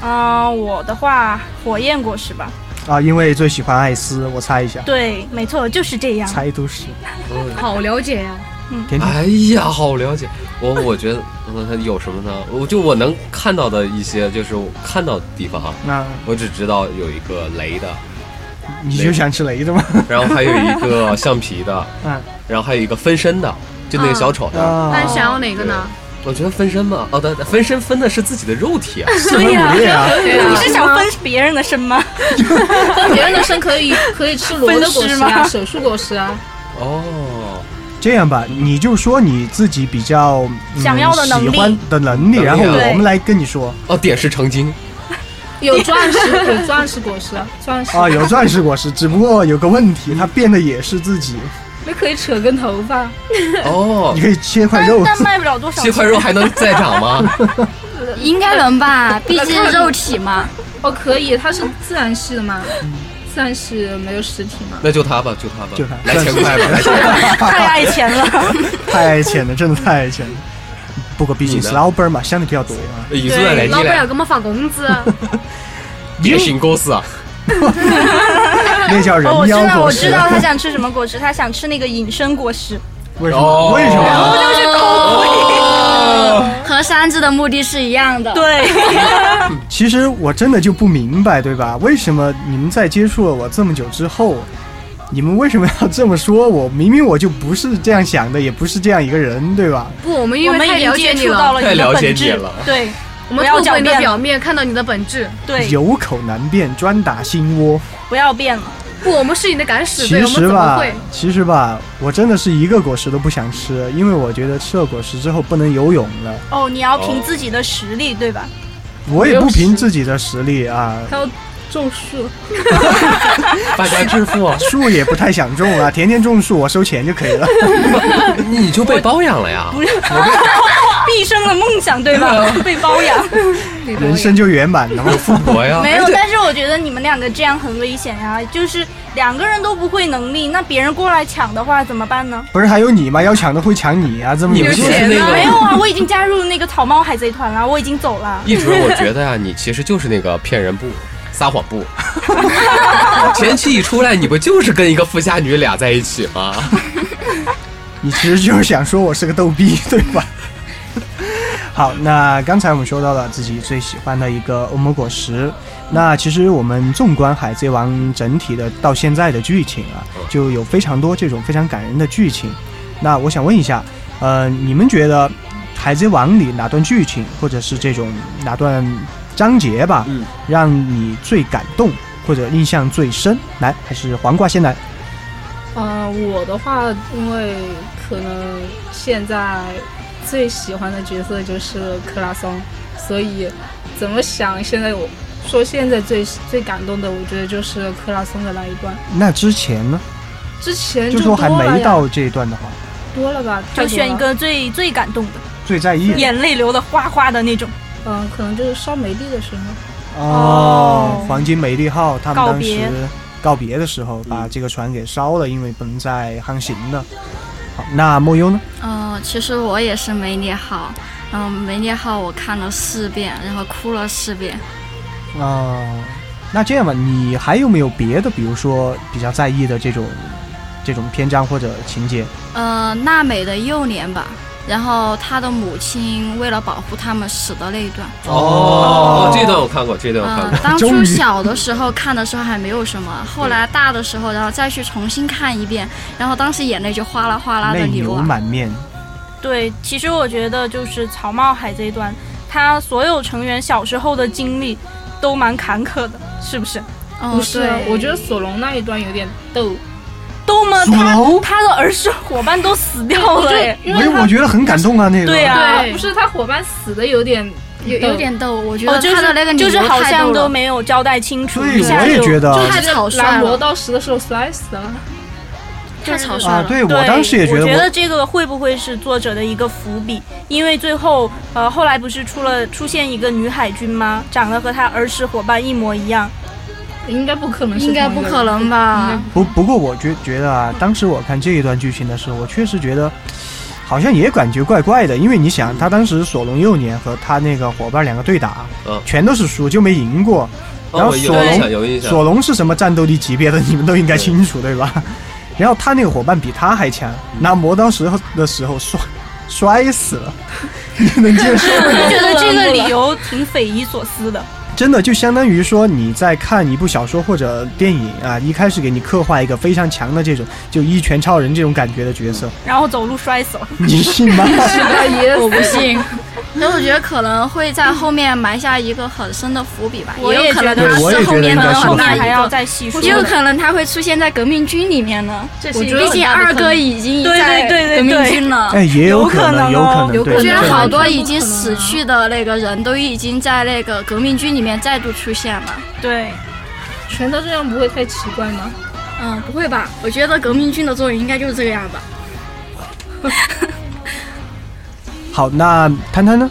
[SPEAKER 7] 啊、我的话，火焰果实吧。
[SPEAKER 1] 啊，因为最喜欢艾斯，我猜一下，
[SPEAKER 7] 对，啊没错，就是这样。
[SPEAKER 1] 猜都是。
[SPEAKER 3] 好了解呀、
[SPEAKER 1] 甜甜，
[SPEAKER 5] 哎呀，好了解。我我觉得嗯他有什么呢？我就我能看到的一些，就是我看到的地方啊。
[SPEAKER 1] 那
[SPEAKER 5] 我只知道有一个雷的，
[SPEAKER 1] 你就想吃雷的吗？
[SPEAKER 5] 然后还有一个橡皮的，
[SPEAKER 1] 嗯，
[SPEAKER 5] 然后还有一个分身的，就那个小丑的。
[SPEAKER 3] 那你
[SPEAKER 1] 啊，
[SPEAKER 3] 想要哪个呢？
[SPEAKER 5] 我觉得分身嘛，哦，对，对分身分的是自己的肉体啊，
[SPEAKER 1] 什么午夜啊？
[SPEAKER 3] 对
[SPEAKER 7] (laughs) 你
[SPEAKER 3] 啊，
[SPEAKER 7] 是想分别人的
[SPEAKER 5] (laughs)
[SPEAKER 7] 身吗？
[SPEAKER 6] 但别人的参
[SPEAKER 7] (laughs)
[SPEAKER 6] 可以可以吃萝
[SPEAKER 7] 分
[SPEAKER 6] 的果
[SPEAKER 7] 尸
[SPEAKER 6] 实
[SPEAKER 7] 吗
[SPEAKER 6] 啊，手术果实啊，
[SPEAKER 5] 哦，
[SPEAKER 1] 这样吧，你就说你自己比较、嗯
[SPEAKER 7] 想要的能力
[SPEAKER 1] 喜欢的能力，
[SPEAKER 5] 能力啊
[SPEAKER 1] 然后我
[SPEAKER 7] 对
[SPEAKER 1] 们来跟你说
[SPEAKER 5] 哦，点石成金，
[SPEAKER 6] 有钻石，有钻石果实，钻石
[SPEAKER 1] 哦 (laughs) 啊，有钻石果实，只不过有个问题，它变的也是自己，
[SPEAKER 6] 那可以扯根头发，
[SPEAKER 5] 哦
[SPEAKER 1] 你，可以切块
[SPEAKER 7] 但
[SPEAKER 1] 肉，
[SPEAKER 7] 但卖不了多少
[SPEAKER 5] 这
[SPEAKER 7] 钱。
[SPEAKER 5] 块肉还能再长吗？
[SPEAKER 3] (laughs)
[SPEAKER 2] 应该
[SPEAKER 7] (laughs)
[SPEAKER 2] 能吧，毕竟肉体嘛。
[SPEAKER 6] 哦，可以，它是自然系的嘛，
[SPEAKER 1] 嗯
[SPEAKER 6] 自然系没有实体嘛。
[SPEAKER 5] 那就它吧，就它吧，
[SPEAKER 1] 就它
[SPEAKER 5] 来钱快吧，来钱快。
[SPEAKER 7] 太爱钱了，
[SPEAKER 1] 太爱钱了，真的太爱钱了。不过毕竟
[SPEAKER 5] 你呢
[SPEAKER 1] 是老板儿嘛，想的比较多啊。
[SPEAKER 5] 以前来
[SPEAKER 3] 对，老
[SPEAKER 5] 你
[SPEAKER 3] 板要
[SPEAKER 5] 来，
[SPEAKER 3] 给我们发工资，
[SPEAKER 5] (laughs) 也行公司啊，
[SPEAKER 1] 那叫人
[SPEAKER 7] (laughs) 哦，我知
[SPEAKER 1] 妖
[SPEAKER 7] 道，
[SPEAKER 1] 果
[SPEAKER 7] 我
[SPEAKER 1] 实
[SPEAKER 7] 知。道他想吃什么果实，他想吃那个隐身果 (laughs) 实。
[SPEAKER 1] 为什么？
[SPEAKER 5] 哦
[SPEAKER 1] 为什么？
[SPEAKER 2] 就是口
[SPEAKER 3] 哦
[SPEAKER 2] 味，哦和山治的目的是一样的。
[SPEAKER 7] 对，
[SPEAKER 1] 其实我真的就不明白，对吧？为什么你们在接触了我这么久之后，你们为什么要这么说我？ (laughs) 明明我就不是这样想的，也不是这样一个人，对吧？
[SPEAKER 3] 不，我们
[SPEAKER 7] 我
[SPEAKER 3] 因为
[SPEAKER 7] 们
[SPEAKER 3] 太
[SPEAKER 7] 已经
[SPEAKER 3] 了解
[SPEAKER 7] 接
[SPEAKER 3] 你
[SPEAKER 7] 触到了
[SPEAKER 5] 太
[SPEAKER 7] 你的
[SPEAKER 5] 了解
[SPEAKER 7] 本
[SPEAKER 5] 你
[SPEAKER 7] 质
[SPEAKER 5] 了。
[SPEAKER 7] 对，
[SPEAKER 3] 我
[SPEAKER 7] 不
[SPEAKER 3] 们
[SPEAKER 7] 要
[SPEAKER 3] 透过
[SPEAKER 7] 狡
[SPEAKER 3] 你的
[SPEAKER 7] 辩了
[SPEAKER 3] 表面看到你的本质。
[SPEAKER 7] 对，
[SPEAKER 1] 有口难辩，专打心窝。
[SPEAKER 7] 不要变了。
[SPEAKER 3] 不，我们是你的敢死队，
[SPEAKER 1] 其
[SPEAKER 3] 我们
[SPEAKER 1] 实
[SPEAKER 3] 怎么
[SPEAKER 1] 吧
[SPEAKER 3] 会？，
[SPEAKER 1] 其实吧，我真的是一个果实都不想吃，因为我觉得吃了果实之后不能游泳了。
[SPEAKER 7] 哦，你要凭
[SPEAKER 5] 哦
[SPEAKER 7] 自己的实力，对吧？
[SPEAKER 1] 我也不凭自己的实力啊，
[SPEAKER 6] 咒术，
[SPEAKER 5] 大家致富，啊
[SPEAKER 1] 树也不太想种
[SPEAKER 3] (laughs)
[SPEAKER 1] 啊，天天种树我收钱就可以了。
[SPEAKER 5] 你就被包养了呀？
[SPEAKER 7] 毕生的梦想，对
[SPEAKER 5] 啊
[SPEAKER 7] 吧？
[SPEAKER 6] (laughs)
[SPEAKER 7] 被包养。
[SPEAKER 1] 哦 (laughs) 人生就圆满了嘛。
[SPEAKER 5] 我呀，
[SPEAKER 7] 没有，但是我觉得你们两个这样很危险呀、就是两个人都不会能力，那别人过来抢的话怎么办呢？
[SPEAKER 1] 不是还有你吗？要抢的会抢你啊，这么
[SPEAKER 5] 你
[SPEAKER 1] 有
[SPEAKER 5] 不
[SPEAKER 1] (laughs)
[SPEAKER 5] 就是
[SPEAKER 1] 钱。
[SPEAKER 5] 那
[SPEAKER 7] 没有
[SPEAKER 5] 个？
[SPEAKER 7] 啊，我已经加入那个草帽海贼团了，我已经走
[SPEAKER 5] (laughs)
[SPEAKER 7] 了。
[SPEAKER 5] 一直我觉得呀，你其实就是那个骗人部、撒谎部。 (laughs) 前期一出来，你不就是跟一个富家女俩在一起吗？
[SPEAKER 1] 你其实就是想说我是个逗逼， (laughs) 对吧？好，那刚才我们说到了自己最喜欢的一个欧盟果实。那其实我们纵观《海贼王》整体的到现在的剧情啊，就有非常多这种非常感人的剧情。啊那我想问一下，呃，你们觉得《海贼王》里哪段剧情，或者是这种哪段章节吧，
[SPEAKER 5] 嗯
[SPEAKER 1] 让你最感动或者印象最深？来，还是黄瓜先来。
[SPEAKER 6] 呃，我的话，因为可能现在最喜欢的角色就是克拉松，所以怎么想，现在我说现在最最感动的，我觉得就是克拉松的那一段。
[SPEAKER 1] 那之前呢？
[SPEAKER 6] 之前
[SPEAKER 1] 就
[SPEAKER 6] 多
[SPEAKER 1] 说还
[SPEAKER 6] 了
[SPEAKER 1] 没
[SPEAKER 6] 呀
[SPEAKER 1] 到这一段的话，
[SPEAKER 6] 多了吧，太
[SPEAKER 7] 就
[SPEAKER 6] 多
[SPEAKER 7] 选一
[SPEAKER 6] 了，
[SPEAKER 7] 个最最感动的，
[SPEAKER 1] 最在意的
[SPEAKER 7] 眼泪流的哗哗的那种。
[SPEAKER 6] 嗯、可能就是烧梅丽的时
[SPEAKER 1] 哦
[SPEAKER 6] 候，
[SPEAKER 7] 哦，
[SPEAKER 1] 黄金梅利号他们
[SPEAKER 7] 告
[SPEAKER 1] 当
[SPEAKER 7] 别
[SPEAKER 1] 时告别的时候，把这个船给烧了，因为不能再航行了。好，那莫优呢？
[SPEAKER 2] 嗯、其实我也是没列好，嗯、没列好我看了四遍，然后哭了四遍。
[SPEAKER 1] 哦，那这样吧，你还有没有别的，比如说比较在意的这种这种篇章或者情节？
[SPEAKER 2] 呃，娜美的幼年吧，然后她的母亲为了保护他们死的那一段。
[SPEAKER 5] 哦，这段我看过，这段我看
[SPEAKER 2] 嗯、
[SPEAKER 5] 过。
[SPEAKER 2] 当
[SPEAKER 1] 终于
[SPEAKER 2] 初小的时候看的时候还没有什么，后来大的时候，然后再去重新看一遍，然后当时眼泪就哗啦哗啦的
[SPEAKER 1] 泪
[SPEAKER 2] 流
[SPEAKER 1] 流哦
[SPEAKER 2] 啊。
[SPEAKER 1] 满面。
[SPEAKER 7] 对，其实我觉得就是草帽海贼团，他所有成员小时候的经历都蛮坎坷的，是不是？
[SPEAKER 2] 嗯，
[SPEAKER 6] 不是，啊
[SPEAKER 2] 对
[SPEAKER 6] 我觉得索隆那一段有点逗，
[SPEAKER 7] 都吗？
[SPEAKER 1] 索
[SPEAKER 7] 他
[SPEAKER 1] 隆
[SPEAKER 7] 他的儿时伙伴都死掉了哎，
[SPEAKER 6] 因
[SPEAKER 1] 我
[SPEAKER 6] 为
[SPEAKER 1] 我
[SPEAKER 6] 他
[SPEAKER 1] 觉得很感动啊，那个。
[SPEAKER 7] 对啊
[SPEAKER 6] 对，不是他伙伴死的有点
[SPEAKER 2] 有有点逗，我觉
[SPEAKER 7] 哦，
[SPEAKER 2] 得
[SPEAKER 7] 就
[SPEAKER 2] 他的那
[SPEAKER 7] 是
[SPEAKER 2] 个
[SPEAKER 7] 就是
[SPEAKER 2] 理由
[SPEAKER 7] 好
[SPEAKER 2] 太
[SPEAKER 7] 像
[SPEAKER 2] 逗
[SPEAKER 7] 都
[SPEAKER 2] 了
[SPEAKER 7] 没有交代清楚，
[SPEAKER 1] 对，
[SPEAKER 7] 一下
[SPEAKER 1] 我也
[SPEAKER 7] 就
[SPEAKER 1] 觉得啊
[SPEAKER 2] 太草率
[SPEAKER 6] 拿
[SPEAKER 2] 了
[SPEAKER 6] 磨到石的时候摔死了。
[SPEAKER 2] 太草率
[SPEAKER 1] 啊，
[SPEAKER 2] 了。
[SPEAKER 1] 对我当时也
[SPEAKER 7] 觉
[SPEAKER 1] 觉得
[SPEAKER 7] 我
[SPEAKER 1] 我
[SPEAKER 7] 得这个会不会是作者的一个伏笔？因为最后，呃，后来不是出了出现一个女海军吗？长得和她儿时伙伴一模一 (laughs) 样。
[SPEAKER 6] 应该不可能，
[SPEAKER 2] 应该不可。能啊
[SPEAKER 6] 嗯
[SPEAKER 2] 吧？
[SPEAKER 1] 不不过我觉觉得啊，当时我看这一段剧情的时候，我确实觉得。好像也感觉怪怪的，因为你想，他当时索隆幼年和他那个伙伴两个对打，
[SPEAKER 5] 嗯
[SPEAKER 1] 全都是输，就没赢过。然
[SPEAKER 5] 哦，
[SPEAKER 1] 后
[SPEAKER 5] 我
[SPEAKER 1] 索
[SPEAKER 5] 有印象，
[SPEAKER 1] 隆，
[SPEAKER 5] 有印象。
[SPEAKER 1] 索隆是什么战斗力级别的，你们都应该清楚，对吧？然后他那个伙伴比他还强，拿磨刀石头的时候摔摔死了， (laughs) 你能接受吗？
[SPEAKER 7] 我就觉得这个理由挺匪夷所思的。
[SPEAKER 1] 真的就相当于说你在看一部小说或者电影啊，一开始给你刻画一个非常强的这种就一拳超人这种感觉的角色，
[SPEAKER 7] (laughs) 然后走路摔死了。
[SPEAKER 1] (laughs) 你信吗？
[SPEAKER 2] 我不信。但我觉得可能会在后面埋下一个很深的伏笔吧，
[SPEAKER 7] (laughs) 我
[SPEAKER 2] 也
[SPEAKER 7] 也
[SPEAKER 2] 有可
[SPEAKER 7] 觉
[SPEAKER 2] 能
[SPEAKER 7] 得
[SPEAKER 2] 他
[SPEAKER 1] 我也
[SPEAKER 2] 是后
[SPEAKER 1] 觉得应
[SPEAKER 2] 面
[SPEAKER 1] 该
[SPEAKER 2] 的
[SPEAKER 1] 是
[SPEAKER 7] 后
[SPEAKER 1] 吧
[SPEAKER 2] 后
[SPEAKER 7] 面
[SPEAKER 2] 面
[SPEAKER 7] 还
[SPEAKER 2] 一
[SPEAKER 7] 要
[SPEAKER 2] 个
[SPEAKER 7] 再细说。
[SPEAKER 2] 也有可能他会出现在革命军里面呢。
[SPEAKER 6] 这是
[SPEAKER 2] 毕
[SPEAKER 6] 一个很
[SPEAKER 2] 竟
[SPEAKER 6] 大的
[SPEAKER 2] 二
[SPEAKER 6] 坑
[SPEAKER 2] 哥已经
[SPEAKER 7] 对对
[SPEAKER 2] 在
[SPEAKER 7] 对对
[SPEAKER 2] 革命
[SPEAKER 7] 对
[SPEAKER 2] 军了。
[SPEAKER 1] (laughs) 哎，也有
[SPEAKER 7] 有
[SPEAKER 1] 可
[SPEAKER 7] 可
[SPEAKER 1] 能，
[SPEAKER 7] 能
[SPEAKER 1] 有可
[SPEAKER 7] 哦
[SPEAKER 1] 能，
[SPEAKER 6] 有可
[SPEAKER 1] 对
[SPEAKER 2] 我觉
[SPEAKER 1] 对
[SPEAKER 2] 得
[SPEAKER 1] 对
[SPEAKER 2] 好多已经死去的那个人都已经在那个革命军里面再度出现了。
[SPEAKER 7] 对，
[SPEAKER 6] 全都这样不会太奇怪吗？
[SPEAKER 2] 嗯，不会吧？我觉得革命军的作用应该就是这个样吧。
[SPEAKER 1] 好，那谈谈呢？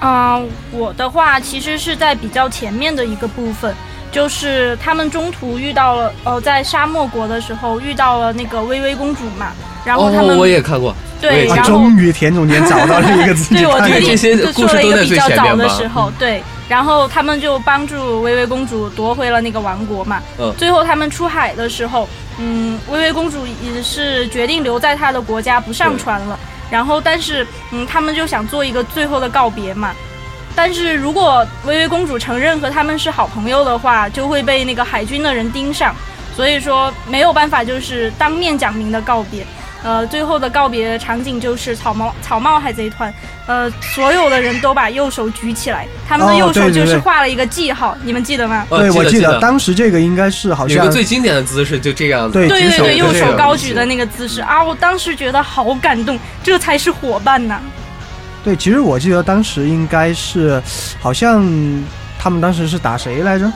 [SPEAKER 7] 啊、我的话其实是在比较前面的一个部分，就是他们中途遇到了，呃，在沙漠国的时候遇到了那个薇薇公主嘛，然后他
[SPEAKER 5] 哦
[SPEAKER 7] 们、，
[SPEAKER 5] 我也看过，我也
[SPEAKER 7] 对，
[SPEAKER 5] 看
[SPEAKER 1] 啊，
[SPEAKER 7] 然后
[SPEAKER 1] 终于田总监找到了一个自己
[SPEAKER 7] 对我
[SPEAKER 1] 看的
[SPEAKER 5] 这
[SPEAKER 7] 决
[SPEAKER 5] 里这
[SPEAKER 7] 定
[SPEAKER 5] 些
[SPEAKER 7] 就
[SPEAKER 5] 故
[SPEAKER 7] 说
[SPEAKER 5] 事
[SPEAKER 7] 了
[SPEAKER 5] 都
[SPEAKER 7] 一个
[SPEAKER 5] 在
[SPEAKER 7] 比
[SPEAKER 5] 最
[SPEAKER 7] 较
[SPEAKER 5] 前
[SPEAKER 7] 早
[SPEAKER 5] 面
[SPEAKER 7] 的
[SPEAKER 5] 吧
[SPEAKER 7] 时候，对，然后他们就帮助薇薇公主夺回了那个王国嘛。
[SPEAKER 5] 嗯
[SPEAKER 7] 最后他们出海的时候，嗯，薇薇公主也是决定留在她的国家不上
[SPEAKER 5] 对
[SPEAKER 7] 船了。然后，但是，嗯，他们就想做一个最后的告别嘛。但是如果薇薇公主承认和他们是好朋友的话，就会被那个海军的人盯上，所以说没有办法，就是当面讲明的告别。呃，最后的告别场景就是草帽草帽海贼团，呃，所有的人都把右手举起来，他们的
[SPEAKER 1] 哦
[SPEAKER 7] 右手
[SPEAKER 1] 对对
[SPEAKER 7] 就是
[SPEAKER 1] 对
[SPEAKER 7] 画了一个记号，你们记得吗？
[SPEAKER 5] 哦
[SPEAKER 1] 对，我
[SPEAKER 5] 得
[SPEAKER 1] 记
[SPEAKER 5] 记
[SPEAKER 1] 得当时这个应该是好
[SPEAKER 5] 有一
[SPEAKER 1] 像
[SPEAKER 5] 个最经典的姿势就这样子，
[SPEAKER 1] 对
[SPEAKER 7] 对
[SPEAKER 1] 举
[SPEAKER 7] 对
[SPEAKER 1] 手
[SPEAKER 7] 对，
[SPEAKER 1] 的
[SPEAKER 7] 右
[SPEAKER 1] 这
[SPEAKER 7] 手
[SPEAKER 1] 个
[SPEAKER 7] 高举的那个姿势啊，我当时觉得好感动，这才是伙伴呐、
[SPEAKER 1] 对，其实我记得当时应该是，好像他们当时是打谁来着？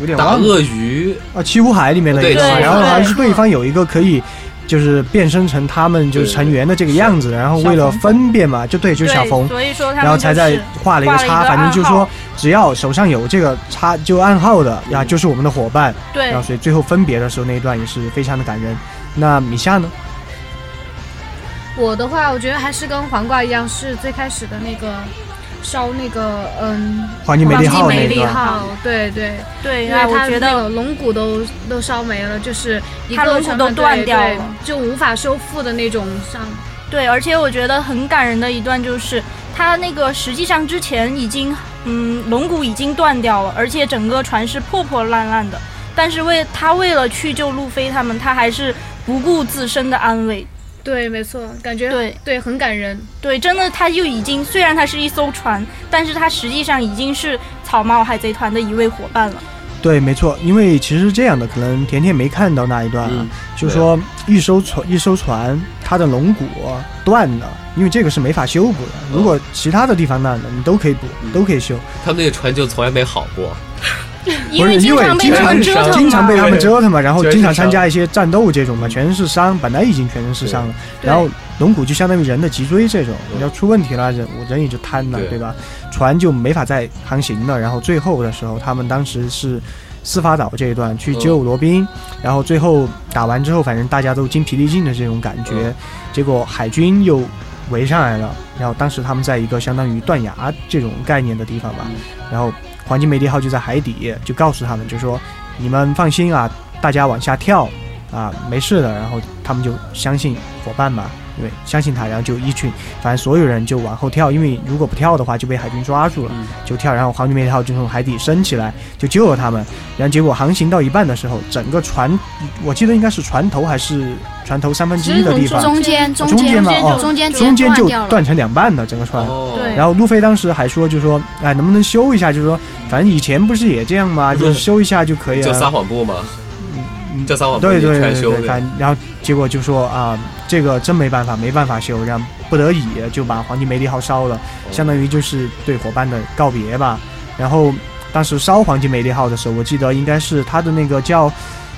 [SPEAKER 1] 有点
[SPEAKER 5] 打
[SPEAKER 1] 忘了
[SPEAKER 5] 鳄鱼，
[SPEAKER 1] 啊，七武海里面的一
[SPEAKER 5] 对
[SPEAKER 1] 个嘛，
[SPEAKER 7] 对
[SPEAKER 1] 然后好像是
[SPEAKER 2] 对
[SPEAKER 1] 对方有一个可以。就是变身成他们就是
[SPEAKER 5] 对
[SPEAKER 1] 成员的这个样子，然后为了分辨嘛，就对，就是小
[SPEAKER 7] 对，
[SPEAKER 1] 冯，
[SPEAKER 7] 所以说他
[SPEAKER 1] 然后
[SPEAKER 7] 们就
[SPEAKER 1] 才在
[SPEAKER 7] 是
[SPEAKER 1] 画了一个
[SPEAKER 7] 画了一
[SPEAKER 1] 叉，
[SPEAKER 7] 个
[SPEAKER 1] 反正就
[SPEAKER 7] 暗号
[SPEAKER 1] 说只要手上有这个叉就暗号的，呀，就是我们的伙伴。
[SPEAKER 7] 对
[SPEAKER 1] 然后所以最后分别的时候那一段也是非常的感人。那米夏呢？
[SPEAKER 3] 我的话，我觉得还是跟黄瓜一样，是最开始的那个烧那个嗯
[SPEAKER 1] 黄金美丽号
[SPEAKER 3] 黄金
[SPEAKER 1] 那
[SPEAKER 3] 美
[SPEAKER 1] 一
[SPEAKER 3] 丽
[SPEAKER 1] 段，
[SPEAKER 3] 号，对对，
[SPEAKER 7] 对，
[SPEAKER 3] 因
[SPEAKER 7] 然
[SPEAKER 3] 为
[SPEAKER 7] 后我
[SPEAKER 3] 它
[SPEAKER 7] 觉
[SPEAKER 3] 那
[SPEAKER 7] 得
[SPEAKER 3] 个龙骨都都烧没了，就是一
[SPEAKER 7] 它
[SPEAKER 3] 个
[SPEAKER 7] 龙骨
[SPEAKER 3] 成
[SPEAKER 7] 都
[SPEAKER 3] 了
[SPEAKER 7] 断
[SPEAKER 3] 对
[SPEAKER 7] 掉
[SPEAKER 3] 对
[SPEAKER 7] 了
[SPEAKER 3] 就无法修复的那种伤。
[SPEAKER 7] 对，而且我觉得很感人的一段就是，他那个实际上之前已经，嗯，龙骨已经断掉了，而且整个船是破破烂烂的。但是为他为了去救路飞他们，他还是不顾自身的安危。
[SPEAKER 3] 对，没错，感觉
[SPEAKER 7] 对
[SPEAKER 3] 对很感人。
[SPEAKER 7] 对，真的，他就已经虽然他是一艘船，但是他实际上已经是草帽海贼团的一位伙伴了。
[SPEAKER 1] 对，没错，因为其实是这样的，可能甜甜没看到那一段啊，
[SPEAKER 5] 嗯
[SPEAKER 1] 就说一艘船一艘船它的龙骨断了，因为这个是没法修补的。如果其他的地方烂了，你都可以补，
[SPEAKER 5] 哦嗯
[SPEAKER 1] 都可以修。
[SPEAKER 5] 他们那个船就从来没好过，
[SPEAKER 1] 不是因
[SPEAKER 7] 经
[SPEAKER 1] 为
[SPEAKER 7] 常被
[SPEAKER 1] 经
[SPEAKER 7] 他
[SPEAKER 1] 常
[SPEAKER 7] 们折腾嘛，
[SPEAKER 1] 经常被他们折腾嘛，然后
[SPEAKER 5] 全是嗯
[SPEAKER 1] 经常参加一些战斗这种嘛，全是伤，本来已经全身是伤了，
[SPEAKER 3] 对
[SPEAKER 1] 然后龙骨就相当于人的脊椎这种，
[SPEAKER 5] 嗯
[SPEAKER 1] 你要出问题了，人我人也就瘫了，
[SPEAKER 5] 对
[SPEAKER 1] 对吧？船就没法再航行了。然后最后的时候，他们当时是司法岛这一段
[SPEAKER 5] 哦
[SPEAKER 1] 去救罗宾，然后最后打完之后，反正大家都精疲力尽的这种感觉，
[SPEAKER 5] 嗯
[SPEAKER 1] 结果海军又围上来了，然后当时他们在一个相当于断崖这种概念的地方吧，然后黄金梅利号就在海底，就告诉他们，就说你们放心啊，大家往下跳啊，没事的。然后他们就相信伙伴嘛，因为相信他，然后就一群，反正所有人就往后跳，因为如果不跳的话就被海军抓住了，
[SPEAKER 5] 嗯
[SPEAKER 1] 就跳。然后黄金梅利号就从海底升起来，就救了他们。然后结果航行到一半的时候，整个船，我记得应该是船头还是船头三分之一的地
[SPEAKER 6] 啊
[SPEAKER 1] 方，
[SPEAKER 2] 中间中
[SPEAKER 1] 中间
[SPEAKER 2] 间
[SPEAKER 1] 嘛哦
[SPEAKER 2] 中间
[SPEAKER 1] 中间就
[SPEAKER 2] 掉了。
[SPEAKER 1] 断成两半了，整个船。
[SPEAKER 5] 哦，
[SPEAKER 7] 对
[SPEAKER 1] 然后路飞当时还说，就说，哎，能不能修一下？就是说，反正以前不是也这样吗？就是修一下就可以
[SPEAKER 5] 就
[SPEAKER 1] 了。
[SPEAKER 5] 撒谎布嘛，
[SPEAKER 1] 嗯
[SPEAKER 5] 就撒谎布
[SPEAKER 1] 对对
[SPEAKER 5] 全
[SPEAKER 1] 对
[SPEAKER 5] 修
[SPEAKER 1] 对，反然后结果就说啊、这个真没办法，没办法修，然后不得已就把黄金梅利号烧
[SPEAKER 5] 哦
[SPEAKER 1] 了，相当于就是对伙伴的告别吧。然后当时烧黄金梅利号的时候，我记得应该是他的那个叫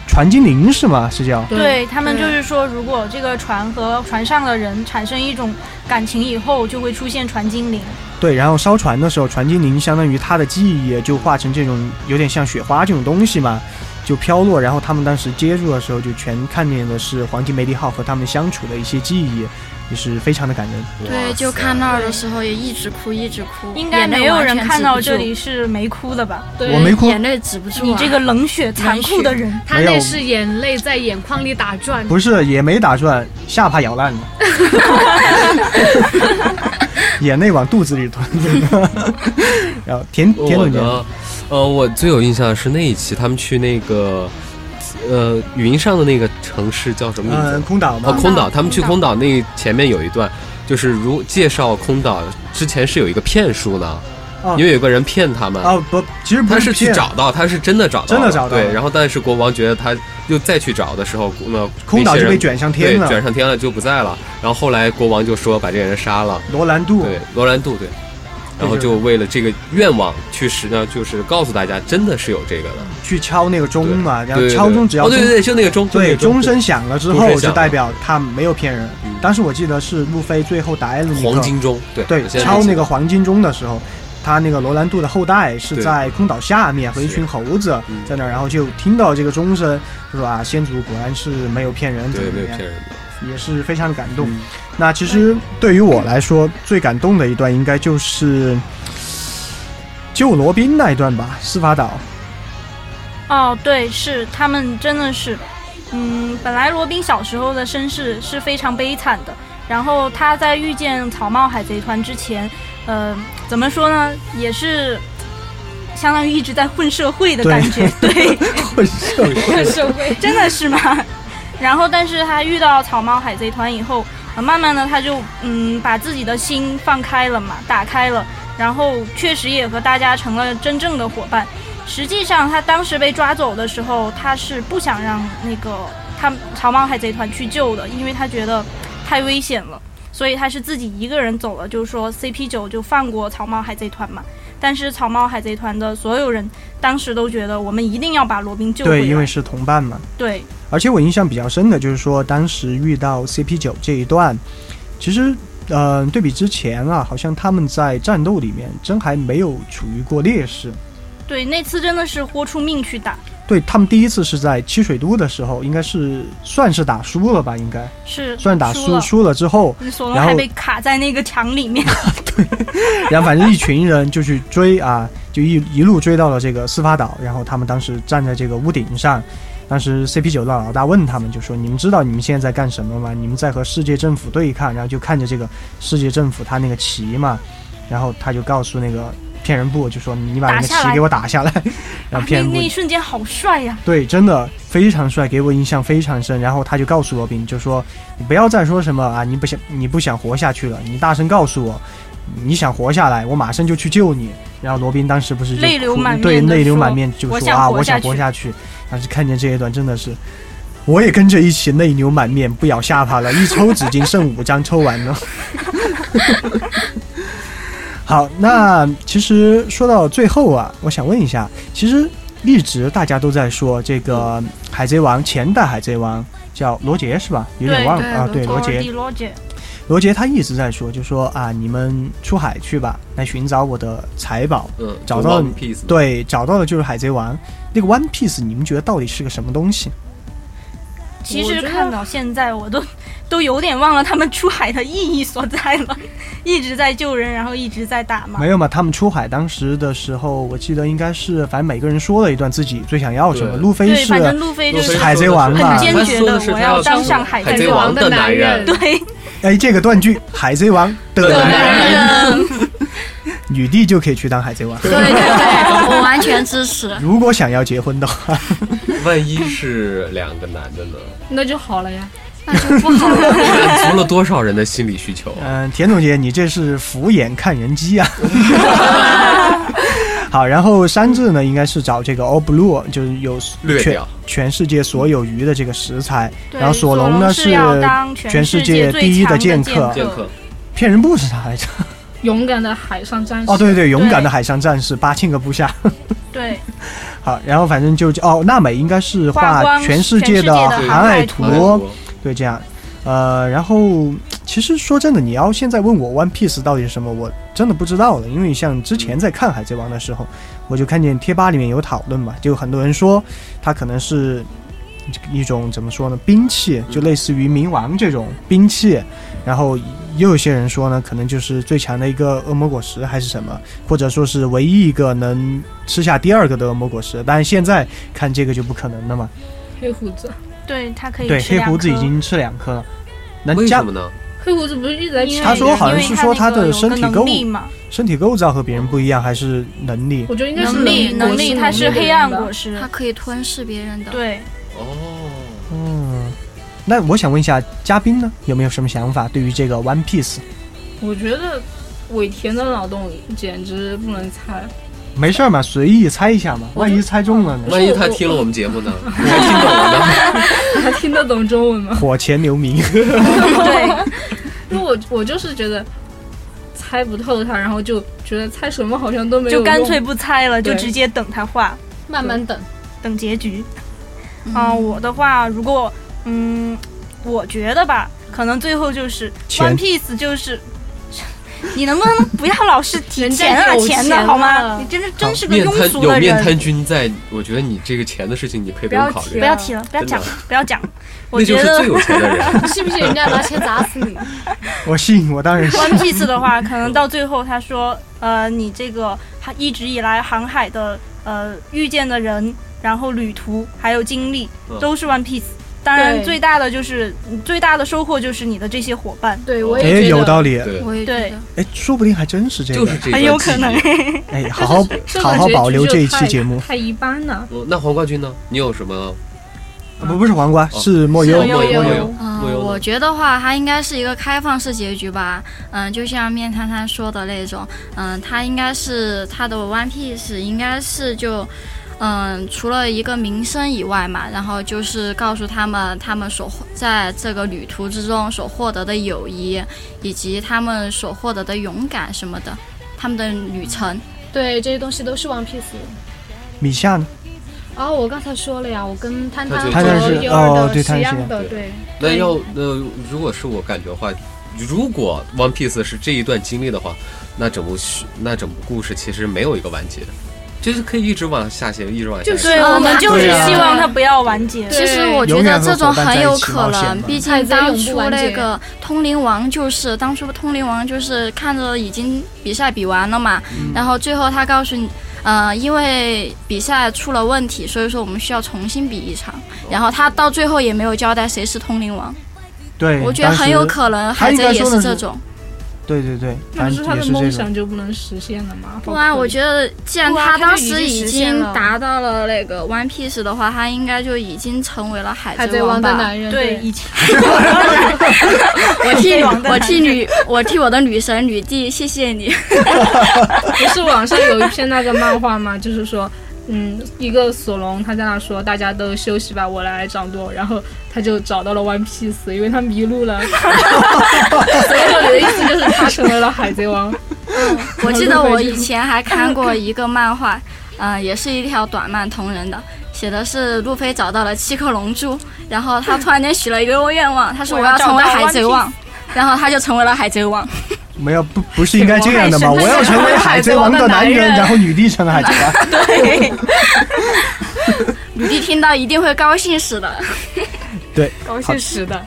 [SPEAKER 1] 船精灵是吗？是叫？
[SPEAKER 7] 对他们
[SPEAKER 3] 对
[SPEAKER 7] 就是说，如果这个船和船上的人产生一种感情以后，就会出现船精灵。
[SPEAKER 1] 对，然后烧船的时候，船精灵相当于他的记忆就化成这种有点像雪花这种东西嘛，就飘落。然后他们当时接触的时候，就全看见的是黄金梅利号和他们相处的一些记忆，也是非常的感人。
[SPEAKER 2] 对，就看那儿的时候也一直哭，一直哭，
[SPEAKER 7] 应该
[SPEAKER 2] 眼泪
[SPEAKER 7] 没有
[SPEAKER 2] 完
[SPEAKER 7] 人
[SPEAKER 2] 全
[SPEAKER 7] 看
[SPEAKER 2] 止
[SPEAKER 7] 到
[SPEAKER 2] 不
[SPEAKER 7] 这
[SPEAKER 2] 住，
[SPEAKER 7] 里是没哭的吧？
[SPEAKER 3] 对
[SPEAKER 1] 我没哭，
[SPEAKER 2] 眼泪止不住、啊。
[SPEAKER 7] 你这个冷血残酷的人，
[SPEAKER 3] 他
[SPEAKER 1] 没有
[SPEAKER 3] 那是眼泪在眼眶里打转。
[SPEAKER 1] 不是也没打转，下巴咬烂了，眼泪往肚子里吞。然后田田
[SPEAKER 5] 哦我
[SPEAKER 1] 总监，
[SPEAKER 5] 呢，呃，我最有印象的是那一期他们去那个，呃，云上的那个城市叫什么名字？
[SPEAKER 1] 嗯，空岛
[SPEAKER 5] 哦，
[SPEAKER 1] 嘛，
[SPEAKER 5] 空
[SPEAKER 7] 岛
[SPEAKER 5] 岛，他们去
[SPEAKER 7] 空
[SPEAKER 5] 空岛那前面有一段，就是如介绍空岛之前是有一个骗术呢，
[SPEAKER 1] 哦
[SPEAKER 5] 因为有个人骗他们，
[SPEAKER 1] 哦不，其实不
[SPEAKER 5] 他是去
[SPEAKER 1] 骗
[SPEAKER 5] 找到，他是真的找到
[SPEAKER 1] 真
[SPEAKER 5] 了，
[SPEAKER 1] 的找到了
[SPEAKER 5] 对，然后但是国王觉得他又再去找的时候，那
[SPEAKER 1] 空岛
[SPEAKER 5] 那些
[SPEAKER 1] 就被
[SPEAKER 5] 人
[SPEAKER 1] 卷上天
[SPEAKER 5] 对，
[SPEAKER 1] 了，
[SPEAKER 5] 卷上天了就不在了。然后后来国王就说把这个人杀了，
[SPEAKER 1] 罗兰度。
[SPEAKER 5] 对，罗兰度对。然后就为了这个愿望去实呢，就是告诉大家真的是有这个的。
[SPEAKER 1] 去敲那个钟嘛，然后
[SPEAKER 5] 对对
[SPEAKER 1] 敲钟嗯只要
[SPEAKER 5] 哦，对对对，就那个钟，就那
[SPEAKER 1] 对
[SPEAKER 5] 个
[SPEAKER 1] 钟声响了之
[SPEAKER 5] 钟
[SPEAKER 1] 后
[SPEAKER 5] 声响
[SPEAKER 1] 就
[SPEAKER 5] 了嗯
[SPEAKER 1] 代表他没有骗人。当时我记得是路飞最后打 L 那
[SPEAKER 5] 黄
[SPEAKER 1] 个
[SPEAKER 5] 金钟，对
[SPEAKER 1] 对
[SPEAKER 5] 我现在
[SPEAKER 1] 敲
[SPEAKER 5] 记
[SPEAKER 1] 那
[SPEAKER 5] 得
[SPEAKER 1] 个黄金钟的时候。他那个罗兰度的后代是
[SPEAKER 5] 对
[SPEAKER 1] 在空岛下面和一群猴子
[SPEAKER 5] 嗯
[SPEAKER 1] 在那儿，然后就听到这个钟声，就说啊，先祖果然是没有骗人，怎
[SPEAKER 5] 对
[SPEAKER 1] 么怎
[SPEAKER 5] 没有
[SPEAKER 1] 么样
[SPEAKER 5] 骗，人嗯的，
[SPEAKER 1] 也是非常的感动。那其实对于我来说，最感动的一段应该就是救罗宾那一段吧，司法岛。
[SPEAKER 7] 哦，对，是他们真的是，嗯，本来罗宾小时候的身世是非常悲惨的，然后他在遇见草帽海贼团之前，呃，怎么说呢，也是相当于一直在混社会的
[SPEAKER 1] 对
[SPEAKER 7] 感觉，对， (laughs)
[SPEAKER 6] 社会
[SPEAKER 7] 真的是吗？ (laughs) 然后，但是他遇到草帽海贼团以后，呃慢慢的他就嗯把自己的心放开了嘛，打开了，然后确实也和大家成了真正的伙伴。实际上，他当时被抓走的时候，他是不想让那个他草帽海贼团去救的，因为他觉得太危险了，所以他是自己一个人走了，就是说 CP 九就放过草帽海贼团嘛。但是草帽海贼团的所有人当时都觉得，我们一定要把罗宾救回来。
[SPEAKER 1] 对，因为是同伴嘛。
[SPEAKER 7] 对，
[SPEAKER 1] 而且我印象比较深的就是说，当时遇到 CP 九这一段，其实，呃，对比之前啊，好像他们在战斗里面真还没有处于过劣势。
[SPEAKER 7] 对，那次真的是豁出命去打，
[SPEAKER 1] 对他们第一次是在七水都的时候，应该是算是打输了吧？应该
[SPEAKER 7] 是
[SPEAKER 1] 算打
[SPEAKER 7] 输
[SPEAKER 1] 输，
[SPEAKER 7] 了。
[SPEAKER 1] 输了之
[SPEAKER 7] (laughs)
[SPEAKER 1] 后，
[SPEAKER 7] 你索隆
[SPEAKER 1] 然后
[SPEAKER 7] 还被卡在那个墙里面，
[SPEAKER 1] 然后反正一群人就去追啊，就一一路追到了这个司法岛，然后他们当时站在这个屋顶上，当时 CP 九的老大问他们就说：“你们知道你们现在在干什么吗？你们在和世界政府对抗。”然后就看着这个世界政府他那个旗嘛，然后他就告诉那个骗人部就说：“你把那个
[SPEAKER 7] 打下
[SPEAKER 1] 旗
[SPEAKER 7] 来
[SPEAKER 1] 给我打下来。” (laughs) 然后
[SPEAKER 7] 啊
[SPEAKER 1] 骗
[SPEAKER 7] 那
[SPEAKER 1] 人部
[SPEAKER 7] 那一瞬间好帅呀、
[SPEAKER 1] 对，真的非常帅，给我印象非常深。然后他就告诉罗宾，就说你不要再说什么啊，你不想你不想活下去了，你大声告诉我，你想活下来，我马上就去救你。然后罗宾当时不是就
[SPEAKER 7] 泪流
[SPEAKER 1] 哭
[SPEAKER 7] 满面
[SPEAKER 1] 对，
[SPEAKER 7] 地
[SPEAKER 1] 泪流
[SPEAKER 7] 说
[SPEAKER 1] 满面就
[SPEAKER 7] 我
[SPEAKER 1] 说
[SPEAKER 7] 想
[SPEAKER 1] 啊，
[SPEAKER 7] 活
[SPEAKER 1] 我
[SPEAKER 7] 下
[SPEAKER 1] 想活
[SPEAKER 7] 去
[SPEAKER 1] 下去。当时看见这一段真的是。我也跟着一起泪流满面，不咬下巴了。一抽纸巾剩五张，抽完 (laughs) 了。好，那其实说到最后啊，我想问一下，其实一直大家都在说这个《海贼王》前代《海贼王》叫罗杰是吧？有点
[SPEAKER 7] 对
[SPEAKER 1] 忘了
[SPEAKER 2] 对
[SPEAKER 1] 啊，对罗
[SPEAKER 7] 托尔
[SPEAKER 1] 杰
[SPEAKER 7] 蒂，罗杰，
[SPEAKER 1] 罗杰他一直在说，就说啊，你们出海去吧，来寻找我的财宝。
[SPEAKER 5] 嗯，
[SPEAKER 1] 找到
[SPEAKER 5] 就 One Piece 嘛，
[SPEAKER 1] 对，找到的就是海贼王。那个 One Piece，你们觉得到底是个什么东西？
[SPEAKER 7] 其
[SPEAKER 6] 我
[SPEAKER 7] 实
[SPEAKER 6] 觉得
[SPEAKER 7] 看到现在我都都有点忘了他们出海的意义所在了，一直在救人，然后一直在打嘛
[SPEAKER 1] 没。有嘛？他们出海当时的时候，我记得应该是，反正每个人说了一段自己最想要什么。
[SPEAKER 5] 对
[SPEAKER 1] 路飞
[SPEAKER 7] 对，
[SPEAKER 1] 是
[SPEAKER 7] 反正路飞就
[SPEAKER 5] 路飞
[SPEAKER 7] 是
[SPEAKER 5] 说
[SPEAKER 1] 海贼王
[SPEAKER 5] 的
[SPEAKER 1] 嘛
[SPEAKER 5] 是
[SPEAKER 7] 很坚决
[SPEAKER 5] 他说
[SPEAKER 7] 的
[SPEAKER 5] 的，是
[SPEAKER 7] 我
[SPEAKER 5] 他要
[SPEAKER 7] 当
[SPEAKER 5] 当
[SPEAKER 7] 上海
[SPEAKER 5] 海
[SPEAKER 7] 贼
[SPEAKER 5] 贼
[SPEAKER 7] 王。
[SPEAKER 5] 王的男
[SPEAKER 6] 人，
[SPEAKER 7] 对，
[SPEAKER 1] 哎，这个断句，海贼王的
[SPEAKER 5] 的
[SPEAKER 1] 男
[SPEAKER 5] 男
[SPEAKER 1] 人
[SPEAKER 2] 嗯，
[SPEAKER 1] 女帝就可以去当海贼王。
[SPEAKER 2] 对对对， (laughs) 我完全支持。
[SPEAKER 1] 如果想要结婚的话，
[SPEAKER 5] 万一是两个男的呢？ (laughs)
[SPEAKER 6] 那就好了呀。
[SPEAKER 2] 那就不好了。
[SPEAKER 5] 满足了多少人的心理需
[SPEAKER 1] (laughs)
[SPEAKER 5] 求？啊
[SPEAKER 1] 嗯、田总监，你这是俯眼看人机
[SPEAKER 7] (laughs)
[SPEAKER 1] 啊。 (laughs) 好，然后山治呢，应该是找这个 All Blue，就是有
[SPEAKER 5] 略
[SPEAKER 1] 全
[SPEAKER 5] 掉，
[SPEAKER 1] 全世界所有鱼的这个食材。
[SPEAKER 7] 对
[SPEAKER 1] 然后索隆
[SPEAKER 7] 隆
[SPEAKER 1] 呢
[SPEAKER 7] 是
[SPEAKER 1] 是
[SPEAKER 7] 要当
[SPEAKER 1] 全世
[SPEAKER 7] 世
[SPEAKER 1] 界
[SPEAKER 7] 最
[SPEAKER 1] 第一的
[SPEAKER 7] 强的
[SPEAKER 1] 剑客
[SPEAKER 5] 剑客，
[SPEAKER 1] 骗人部是啥来着？
[SPEAKER 6] 勇敢的海上战士。
[SPEAKER 1] 哦，对对，勇敢
[SPEAKER 7] 对
[SPEAKER 1] 的海上战士八千个部下。
[SPEAKER 7] 对，
[SPEAKER 1] 好，然后反正就哦，娜美应该是
[SPEAKER 7] 画
[SPEAKER 1] 画
[SPEAKER 7] 光
[SPEAKER 1] 全世界
[SPEAKER 7] 全世界
[SPEAKER 1] 的
[SPEAKER 7] 的
[SPEAKER 1] 航
[SPEAKER 7] 航
[SPEAKER 1] 海
[SPEAKER 7] 海
[SPEAKER 1] 图
[SPEAKER 7] 图，
[SPEAKER 5] 我
[SPEAKER 1] 对，这样。呃，然后其实说真的，你要现在问我 One Piece 到底是什么，我真的不知道了。因为像之前在看《海贼王》的时候，我就看见贴吧里面有讨论嘛，就很多人说它可能是一种怎么说呢，兵器，就类似于冥王这种兵器。然后也有些人说呢，可能就是最强的一个恶魔果实还是什么，或者说是唯一一个能吃下第二个的恶魔果实。但是现在看这个就不可能了嘛。
[SPEAKER 6] 黑胡子，
[SPEAKER 7] 对他可以
[SPEAKER 1] 对，
[SPEAKER 7] 吃
[SPEAKER 1] 黑
[SPEAKER 7] 两
[SPEAKER 1] 胡子已
[SPEAKER 7] 颗
[SPEAKER 1] 经吃两颗了，能
[SPEAKER 5] 为
[SPEAKER 1] 加
[SPEAKER 5] 什么呢？
[SPEAKER 6] 黑胡子不是一直在
[SPEAKER 7] 因为
[SPEAKER 1] 他说好像
[SPEAKER 7] 因为
[SPEAKER 1] 是说
[SPEAKER 7] 他
[SPEAKER 1] 他
[SPEAKER 7] 那个
[SPEAKER 1] 的
[SPEAKER 7] 有
[SPEAKER 1] 身
[SPEAKER 7] 个
[SPEAKER 1] 体
[SPEAKER 7] 能
[SPEAKER 1] 够
[SPEAKER 7] 力嘛，
[SPEAKER 1] 身体构造和别人不一样，还是能力？
[SPEAKER 6] 我觉得应该是
[SPEAKER 2] 能力
[SPEAKER 6] 能
[SPEAKER 7] 能力
[SPEAKER 2] 力
[SPEAKER 7] 它是黑暗果
[SPEAKER 6] 实。
[SPEAKER 7] 实
[SPEAKER 2] 它，可以吞噬别人的。，
[SPEAKER 7] 对。
[SPEAKER 5] 哦，
[SPEAKER 1] 嗯，那我想问一下嘉宾呢，有没有什么想法对于这个 One Piece？
[SPEAKER 6] 我觉得尾田的脑洞简直不能猜。 (laughs)
[SPEAKER 1] 没事儿嘛，随意猜一下嘛，万一猜中了呢？
[SPEAKER 5] 万一他听了我们节目
[SPEAKER 7] (laughs)
[SPEAKER 5] 呢？你还听懂了呢？
[SPEAKER 6] 他听得懂中文吗？
[SPEAKER 1] 火前留名， (laughs)
[SPEAKER 7] (laughs) 对，
[SPEAKER 6] 因为我我就是觉得，猜猜不透他，然后就觉得猜什么好像都没有
[SPEAKER 7] 就
[SPEAKER 6] 用，
[SPEAKER 7] 干脆不猜了，就
[SPEAKER 6] 对
[SPEAKER 7] 直接等他画，
[SPEAKER 3] 慢慢等。
[SPEAKER 7] 等结局。啊、
[SPEAKER 2] 嗯
[SPEAKER 3] 嗯
[SPEAKER 7] 我的话，如果嗯，我觉得吧，可能最后就是《
[SPEAKER 1] 钱
[SPEAKER 7] One Piece》就是。 (laughs) 你能不能不要老是提
[SPEAKER 3] 人家
[SPEAKER 7] 钱啊
[SPEAKER 3] 有
[SPEAKER 7] 钱
[SPEAKER 3] 钱
[SPEAKER 7] 的
[SPEAKER 3] 了
[SPEAKER 7] 好吗？你真是真是个
[SPEAKER 5] 面
[SPEAKER 7] 庸
[SPEAKER 5] 瘫
[SPEAKER 7] 俗
[SPEAKER 5] 有
[SPEAKER 7] 的
[SPEAKER 5] 面
[SPEAKER 7] 人。
[SPEAKER 5] 瘫君在，我觉得你这个钱的事情你可以
[SPEAKER 6] 不
[SPEAKER 5] 用
[SPEAKER 6] 要
[SPEAKER 5] 考虑
[SPEAKER 7] 不，要提了，不要讲
[SPEAKER 5] 真的，
[SPEAKER 7] 不要讲。
[SPEAKER 5] (laughs)
[SPEAKER 7] 我
[SPEAKER 5] 那就
[SPEAKER 7] 觉
[SPEAKER 5] 是
[SPEAKER 7] 得
[SPEAKER 5] 最有钱的人。
[SPEAKER 7] (laughs)
[SPEAKER 3] 你信不信人家拿钱砸死你？
[SPEAKER 1] 我信，我当然信。
[SPEAKER 7] One Piece 的话，可能到最后他说，呃，你这个他一直以来航海的呃遇见的人，然后旅途还有经历
[SPEAKER 5] 嗯
[SPEAKER 7] 都是 One Piece。当然，
[SPEAKER 3] 对
[SPEAKER 7] 最大的就是最大的收获就是你的这些伙伴。
[SPEAKER 3] 对，我
[SPEAKER 1] 哎，
[SPEAKER 3] 也觉
[SPEAKER 1] 有
[SPEAKER 3] 得。
[SPEAKER 1] 道理，
[SPEAKER 5] 对，
[SPEAKER 2] 我也觉
[SPEAKER 7] 对
[SPEAKER 2] 得
[SPEAKER 1] 哎，说不定还真是这
[SPEAKER 5] 就
[SPEAKER 1] 个
[SPEAKER 5] 是。这
[SPEAKER 7] 很
[SPEAKER 5] 段
[SPEAKER 7] 有
[SPEAKER 5] 记
[SPEAKER 7] 可
[SPEAKER 5] 忆
[SPEAKER 7] 能。
[SPEAKER 1] 哎，好好
[SPEAKER 6] 这个
[SPEAKER 1] 好好
[SPEAKER 6] 结局
[SPEAKER 1] 保留
[SPEAKER 6] 就
[SPEAKER 1] 这一期
[SPEAKER 6] 太嗯
[SPEAKER 1] 节目。
[SPEAKER 6] 太一般了。
[SPEAKER 5] 我嗯那黄瓜君呢？你有什么？
[SPEAKER 1] 啊不不是黄瓜，
[SPEAKER 5] 哦
[SPEAKER 1] 是莫
[SPEAKER 3] 是
[SPEAKER 1] 忧。
[SPEAKER 3] 莫忧
[SPEAKER 5] 有
[SPEAKER 3] 莫
[SPEAKER 5] 有
[SPEAKER 3] 忧
[SPEAKER 5] 有，
[SPEAKER 2] 嗯
[SPEAKER 5] 我有，
[SPEAKER 2] 我觉得话，它应该是一个开放式结局吧。嗯，就像面瘫瘫说的那种，嗯，它应该是它的 One Piece 应该是就，嗯，除了一个名声以外嘛，然后就是告诉他们他们所获在这个旅途之中所获得的友谊，以及他们所获得的勇敢什么的，他们的旅程。
[SPEAKER 3] 对，这些东西都是 One Piece。
[SPEAKER 1] 米夏呢？
[SPEAKER 3] 哦，我刚才说了呀，我跟摊摊
[SPEAKER 5] 他
[SPEAKER 3] 和
[SPEAKER 5] 觉得
[SPEAKER 1] 是
[SPEAKER 3] 幼
[SPEAKER 1] 哦
[SPEAKER 3] 儿
[SPEAKER 1] 对
[SPEAKER 3] 的
[SPEAKER 1] 他
[SPEAKER 3] 是
[SPEAKER 1] 是
[SPEAKER 3] 一
[SPEAKER 1] 这样
[SPEAKER 3] 样的，
[SPEAKER 5] 对
[SPEAKER 3] 对。
[SPEAKER 5] 那要那如果是我感觉的话，如果 One Piece 是这一段经历的话，那整部续那整部故事其实没有一个完结，就是可以一直往下写，一直往下
[SPEAKER 3] 就
[SPEAKER 5] 写。
[SPEAKER 3] 是
[SPEAKER 7] 对，我
[SPEAKER 2] 嗯
[SPEAKER 7] 们就是
[SPEAKER 1] 对啊
[SPEAKER 7] 希望它不要完结。
[SPEAKER 3] 对
[SPEAKER 2] 其实我觉
[SPEAKER 1] 永远
[SPEAKER 2] 得
[SPEAKER 1] 和
[SPEAKER 2] 这种
[SPEAKER 1] 伙伴在
[SPEAKER 2] 很
[SPEAKER 1] 一
[SPEAKER 2] 有
[SPEAKER 1] 起
[SPEAKER 2] 可
[SPEAKER 1] 冒险
[SPEAKER 2] 能
[SPEAKER 1] 嘛，
[SPEAKER 2] 毕
[SPEAKER 3] 海
[SPEAKER 2] 竟
[SPEAKER 3] 贼
[SPEAKER 2] 当
[SPEAKER 3] 永不
[SPEAKER 2] 初
[SPEAKER 3] 完
[SPEAKER 2] 那
[SPEAKER 3] 结
[SPEAKER 2] 个通灵王就是当初通灵王就是看着已经比赛比完了嘛，
[SPEAKER 1] 嗯
[SPEAKER 2] 然后最后他告诉你，呃，因为比赛出了问题，所以说我们需要重新比一场。然后他到最后也没有交代谁是通灵王，
[SPEAKER 1] 对，
[SPEAKER 2] 我觉得
[SPEAKER 1] 当时
[SPEAKER 2] 很有。可能
[SPEAKER 1] 他
[SPEAKER 2] 海
[SPEAKER 1] 应该
[SPEAKER 2] 贼也
[SPEAKER 1] 说的
[SPEAKER 2] 是
[SPEAKER 1] 是
[SPEAKER 2] 这种。
[SPEAKER 1] 对对对，
[SPEAKER 6] 但
[SPEAKER 1] 反
[SPEAKER 6] 是他
[SPEAKER 1] 正也
[SPEAKER 6] 的
[SPEAKER 1] 是
[SPEAKER 6] 梦
[SPEAKER 1] 这种。
[SPEAKER 6] 想就不能实现了嘛？
[SPEAKER 2] 不然我觉得，既然
[SPEAKER 7] 不啊
[SPEAKER 2] 他
[SPEAKER 7] 他
[SPEAKER 2] 当
[SPEAKER 7] 就已经
[SPEAKER 2] 时已
[SPEAKER 7] 实现
[SPEAKER 2] 经
[SPEAKER 7] 了
[SPEAKER 2] 达到了那个 One Piece 的话，他应该就已经成为了海
[SPEAKER 3] 海
[SPEAKER 2] 贼
[SPEAKER 3] 贼王的
[SPEAKER 2] 吧。
[SPEAKER 3] 男人，
[SPEAKER 7] 对，以前 (laughs)
[SPEAKER 2] 我替
[SPEAKER 7] 海贼王的
[SPEAKER 2] 我
[SPEAKER 7] 男
[SPEAKER 2] 替
[SPEAKER 7] 人
[SPEAKER 2] 女我替我的女神女帝谢
[SPEAKER 7] (laughs)
[SPEAKER 2] 谢你。
[SPEAKER 6] 不是网上有一篇那个漫画嘛，就是说，嗯，一个索隆他在那说大家都休息吧，我来掌舵，然后他就找到了 One Piece，因为他迷路了。 (laughs) 所以我的意思就是他成为了海贼王。
[SPEAKER 2] 我记得我以前还
[SPEAKER 7] (laughs)
[SPEAKER 2] 看过一个漫画，嗯、也是一条短漫同人的，写的是路飞找到了七颗龙珠，然后他突然间许了一个愿望，他说
[SPEAKER 7] 我
[SPEAKER 2] 我
[SPEAKER 7] 要
[SPEAKER 2] 要成为
[SPEAKER 7] 找到
[SPEAKER 2] 海贼
[SPEAKER 7] One
[SPEAKER 2] 王，然后他就成为了海贼
[SPEAKER 7] (laughs)
[SPEAKER 2] 王。
[SPEAKER 1] 没有不不是应该这样的吗？
[SPEAKER 7] 我还
[SPEAKER 1] 我
[SPEAKER 7] 是
[SPEAKER 1] 要成为海贼王的男人，然后女帝成了海贼王。
[SPEAKER 2] 女帝听到一定会高兴
[SPEAKER 7] (laughs)
[SPEAKER 2] 死的。
[SPEAKER 6] 高兴死的，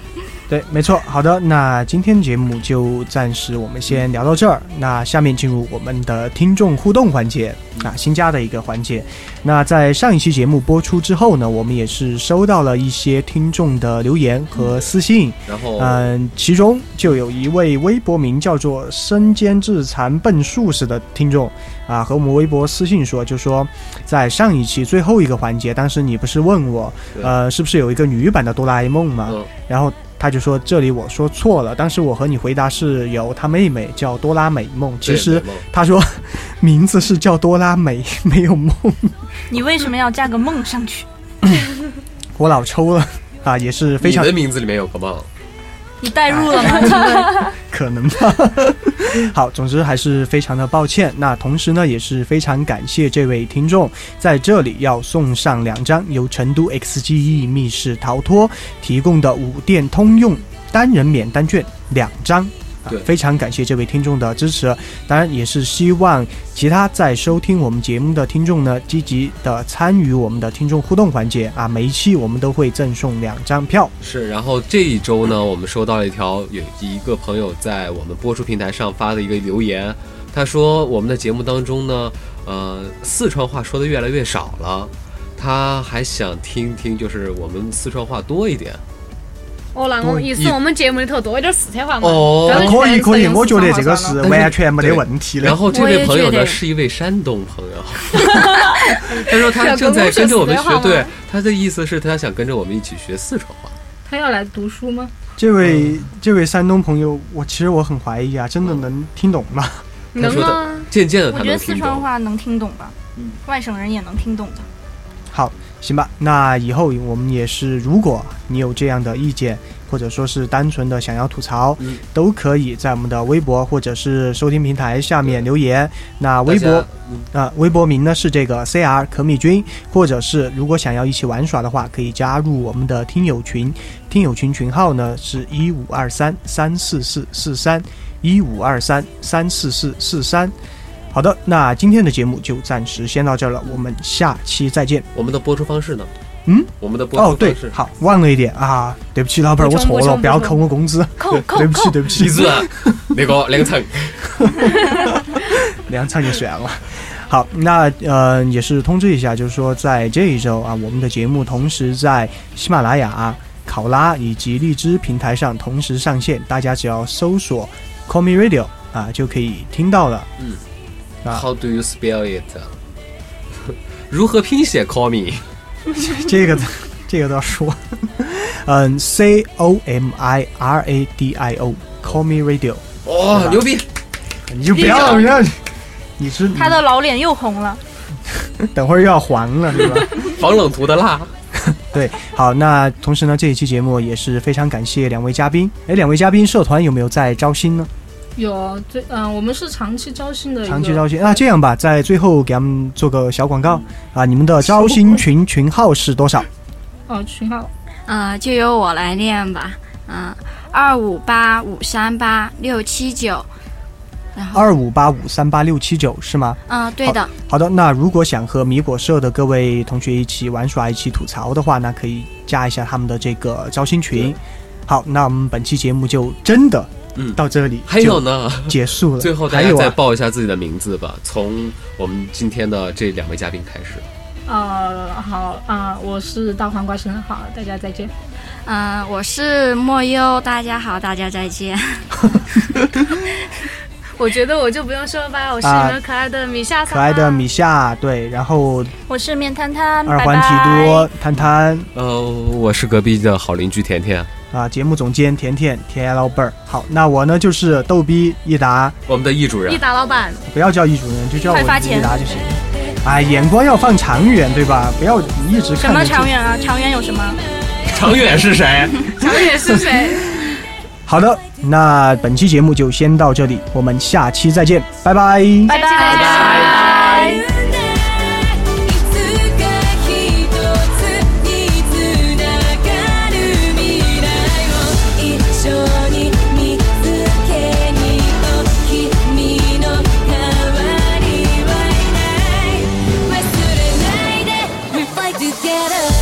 [SPEAKER 1] 对，没错。好的，那今天节目就暂时我们先聊到这儿。那下面进入我们的听众互动环节，啊，新加的一个环节。那在上一期节目播出之后呢，我们也是收到了一些听众的留言和私信。
[SPEAKER 5] 然后
[SPEAKER 1] 嗯，其中就有一位微博名叫做“身兼自残笨术士”的听众啊，和我们微博私信说，就说在上一期最后一个环节，当时你不是问我，
[SPEAKER 5] 对
[SPEAKER 1] 呃，是不是有一个女版的哆啦 A 梦嘛？
[SPEAKER 5] 嗯
[SPEAKER 1] 然后他就说这里我说错了，当时我和你回答是有他妹妹叫哆啦美梦，其
[SPEAKER 5] 对
[SPEAKER 1] 实
[SPEAKER 5] 美梦
[SPEAKER 1] 他说 (laughs) 名字是叫哆啦美，没有梦，
[SPEAKER 7] (laughs) 你为什么要加个梦上去？
[SPEAKER 5] 哎
[SPEAKER 1] 我老抽了啊，也是非
[SPEAKER 5] 你
[SPEAKER 1] 常
[SPEAKER 5] 的名字里面有个梦，
[SPEAKER 7] 你代入了 (laughs) 吗？请问
[SPEAKER 1] 可能吧。 (laughs) 好，总之还是非常的抱歉。那同时呢，也是非常感谢这位听众，在这里要送上两张由成都 XGE 密室逃脱提供的五店通用单人免单券两张。啊
[SPEAKER 5] 对
[SPEAKER 1] 非常感谢这位听众的支持，当然也是希望其他在收听我们节目的听众呢，积极的参与我们的听众互动环节啊，每一期我们都会赠送两张票。
[SPEAKER 5] 是，然后这一周呢，我们收到了一条有一个朋友在我们播出平台上发的一个留言，他说我们的节目当中呢，呃，四川话说的越来越少了，他还想听听就是我们四川话多一点。
[SPEAKER 3] (laughs) 哦，那我意思
[SPEAKER 5] 对
[SPEAKER 3] 我们节目里头多一点四川话嘛。
[SPEAKER 5] 哦
[SPEAKER 3] 咱们
[SPEAKER 1] 啊可以
[SPEAKER 3] 全
[SPEAKER 1] 可以，
[SPEAKER 3] 程
[SPEAKER 1] 我觉得这
[SPEAKER 3] 四川
[SPEAKER 1] 个
[SPEAKER 3] 话
[SPEAKER 1] 是
[SPEAKER 3] 算了
[SPEAKER 1] 完全没得问题的。
[SPEAKER 5] 然后这位朋友
[SPEAKER 2] 我也觉
[SPEAKER 5] 呢
[SPEAKER 2] 得
[SPEAKER 5] 是一位山东朋友， (laughs) 他说他正在跟着我们学，对，他的意思是他想跟着我们一起学四川话。
[SPEAKER 6] 他要来读书吗？
[SPEAKER 1] 这位、这位山东朋友，我其实我很怀疑啊，真的
[SPEAKER 5] 嗯
[SPEAKER 1] 能听懂吗？ (laughs)
[SPEAKER 5] 他
[SPEAKER 3] 能
[SPEAKER 5] 说
[SPEAKER 3] 啊
[SPEAKER 5] 的，渐渐的
[SPEAKER 7] 我
[SPEAKER 5] 他
[SPEAKER 7] 觉得
[SPEAKER 5] 能
[SPEAKER 7] 四
[SPEAKER 5] 听
[SPEAKER 7] 川
[SPEAKER 5] 懂。
[SPEAKER 7] 话能听懂吧
[SPEAKER 5] 嗯，
[SPEAKER 7] 外省人也能听懂的。
[SPEAKER 1] 好，行吧，那以后我们也是，如果你有这样的意见或者说是单纯的想要吐槽，
[SPEAKER 5] 嗯
[SPEAKER 1] 都可以在我们的微博或者是收听平台下面留言。那微博
[SPEAKER 5] 大家嗯
[SPEAKER 1] 啊、微博名呢是这个 C R 可米君，或者是如果想要一起玩耍的话，可以加入我们的听友群，听友群群号呢是一五二三三四四四三一五二三三四四四三。好的，那今天的节目就暂时先到这儿了，我们下期再见。
[SPEAKER 5] 我们的播出方式呢？
[SPEAKER 1] 嗯，
[SPEAKER 5] 我们的播
[SPEAKER 1] 哦，
[SPEAKER 5] 出
[SPEAKER 1] 对
[SPEAKER 5] 方式，。
[SPEAKER 1] 好，忘了一点啊，对不起，老板，
[SPEAKER 6] 补
[SPEAKER 1] 我
[SPEAKER 6] 充
[SPEAKER 1] 错
[SPEAKER 6] 补
[SPEAKER 1] 了，
[SPEAKER 6] 充
[SPEAKER 1] 不要
[SPEAKER 6] 补
[SPEAKER 1] 扣
[SPEAKER 6] 充
[SPEAKER 1] 我工资，
[SPEAKER 7] 扣扣
[SPEAKER 1] 对不起，
[SPEAKER 7] 扣，
[SPEAKER 1] 对不起
[SPEAKER 5] 闭，嘴，那个两层，
[SPEAKER 1] 粮仓也选了。 (laughs) 好，那呃也是通知一下，就是说在这一周啊，我们的节目同时在喜马拉雅、考拉以及荔枝平台上同时上线，大家只要搜索 “Call Me Radio” 啊就可以听到了。 (laughs) 啊
[SPEAKER 5] How do you spell it？如 (laughs) 何拼写 Call me？
[SPEAKER 1] 这个这个都要说， (laughs) 嗯，C O M I R A D I O，Call Me Radio，
[SPEAKER 5] 哦，牛逼！
[SPEAKER 1] 你就不要不要，你是
[SPEAKER 7] 他的老脸又红了。
[SPEAKER 1] 等会儿又要还了是吧？
[SPEAKER 5] 防冷涂的蜡，
[SPEAKER 1] 对，好，那同时呢，这一期节目也是非常感谢两位嘉宾。哎，两位嘉宾社团有没有在招新呢？
[SPEAKER 6] 有最嗯、我们是长期招新的一个
[SPEAKER 1] 长期招新那这样吧，在最后给他们做个小广
[SPEAKER 5] 嗯
[SPEAKER 1] 告啊，你们的招新群群号是多少？
[SPEAKER 6] 哦群号
[SPEAKER 2] 呃，就由我来念吧，嗯、二五八五三八六七九，然后，
[SPEAKER 1] 二五八五三八六七九是吗？
[SPEAKER 2] 嗯、对的，
[SPEAKER 1] 好的，那如果想和米果社的各位同学一起玩耍、一起吐槽的话，那可以加一下他们的这个招新群。好，那我们本期节目就真的
[SPEAKER 5] 嗯
[SPEAKER 1] 到这里
[SPEAKER 5] 还有呢？
[SPEAKER 1] 就结束了。
[SPEAKER 5] 最后大
[SPEAKER 1] 还
[SPEAKER 5] 家
[SPEAKER 1] 有
[SPEAKER 5] 再
[SPEAKER 1] 啊，
[SPEAKER 5] 报一下自己的名字吧，从我们今天的这两位嘉宾开始。
[SPEAKER 6] 呃好啊、我是大黄瓜生，好，大家再见。
[SPEAKER 2] 嗯、我是莫优，大家好，大家再见。
[SPEAKER 3] 我觉得我就不用说了吧，我是
[SPEAKER 1] 啊
[SPEAKER 3] 你们可爱的米夏、
[SPEAKER 1] 可爱的，米夏，对，然后
[SPEAKER 7] 我是面摊摊，
[SPEAKER 1] 二
[SPEAKER 7] 拜
[SPEAKER 1] 环提
[SPEAKER 7] 拜。
[SPEAKER 1] 多、摊摊
[SPEAKER 5] 呃，我是隔壁的好邻居甜甜，
[SPEAKER 1] 啊，节目总监甜甜甜老辈儿。好，那我呢就是逗逼益达，
[SPEAKER 5] 我们的易主
[SPEAKER 3] 益
[SPEAKER 5] 人。
[SPEAKER 3] 达老板，
[SPEAKER 1] 不要叫易主任，就叫我
[SPEAKER 7] 快发钱
[SPEAKER 1] 益达就行。哎，眼光要放长远，对吧？不要一直看
[SPEAKER 7] 什么
[SPEAKER 1] 着这
[SPEAKER 7] 长远啊？长远有什么？
[SPEAKER 5] 长远是谁？
[SPEAKER 3] 小野是谁？
[SPEAKER 1] 好的，那本期节目就先到这里，我们下期再见，拜拜。
[SPEAKER 7] 拜拜拜拜。
[SPEAKER 8] 「いつかひとつにつながる未来を一緒に見つけにと君の代わりはいない」「忘れないで We fight together」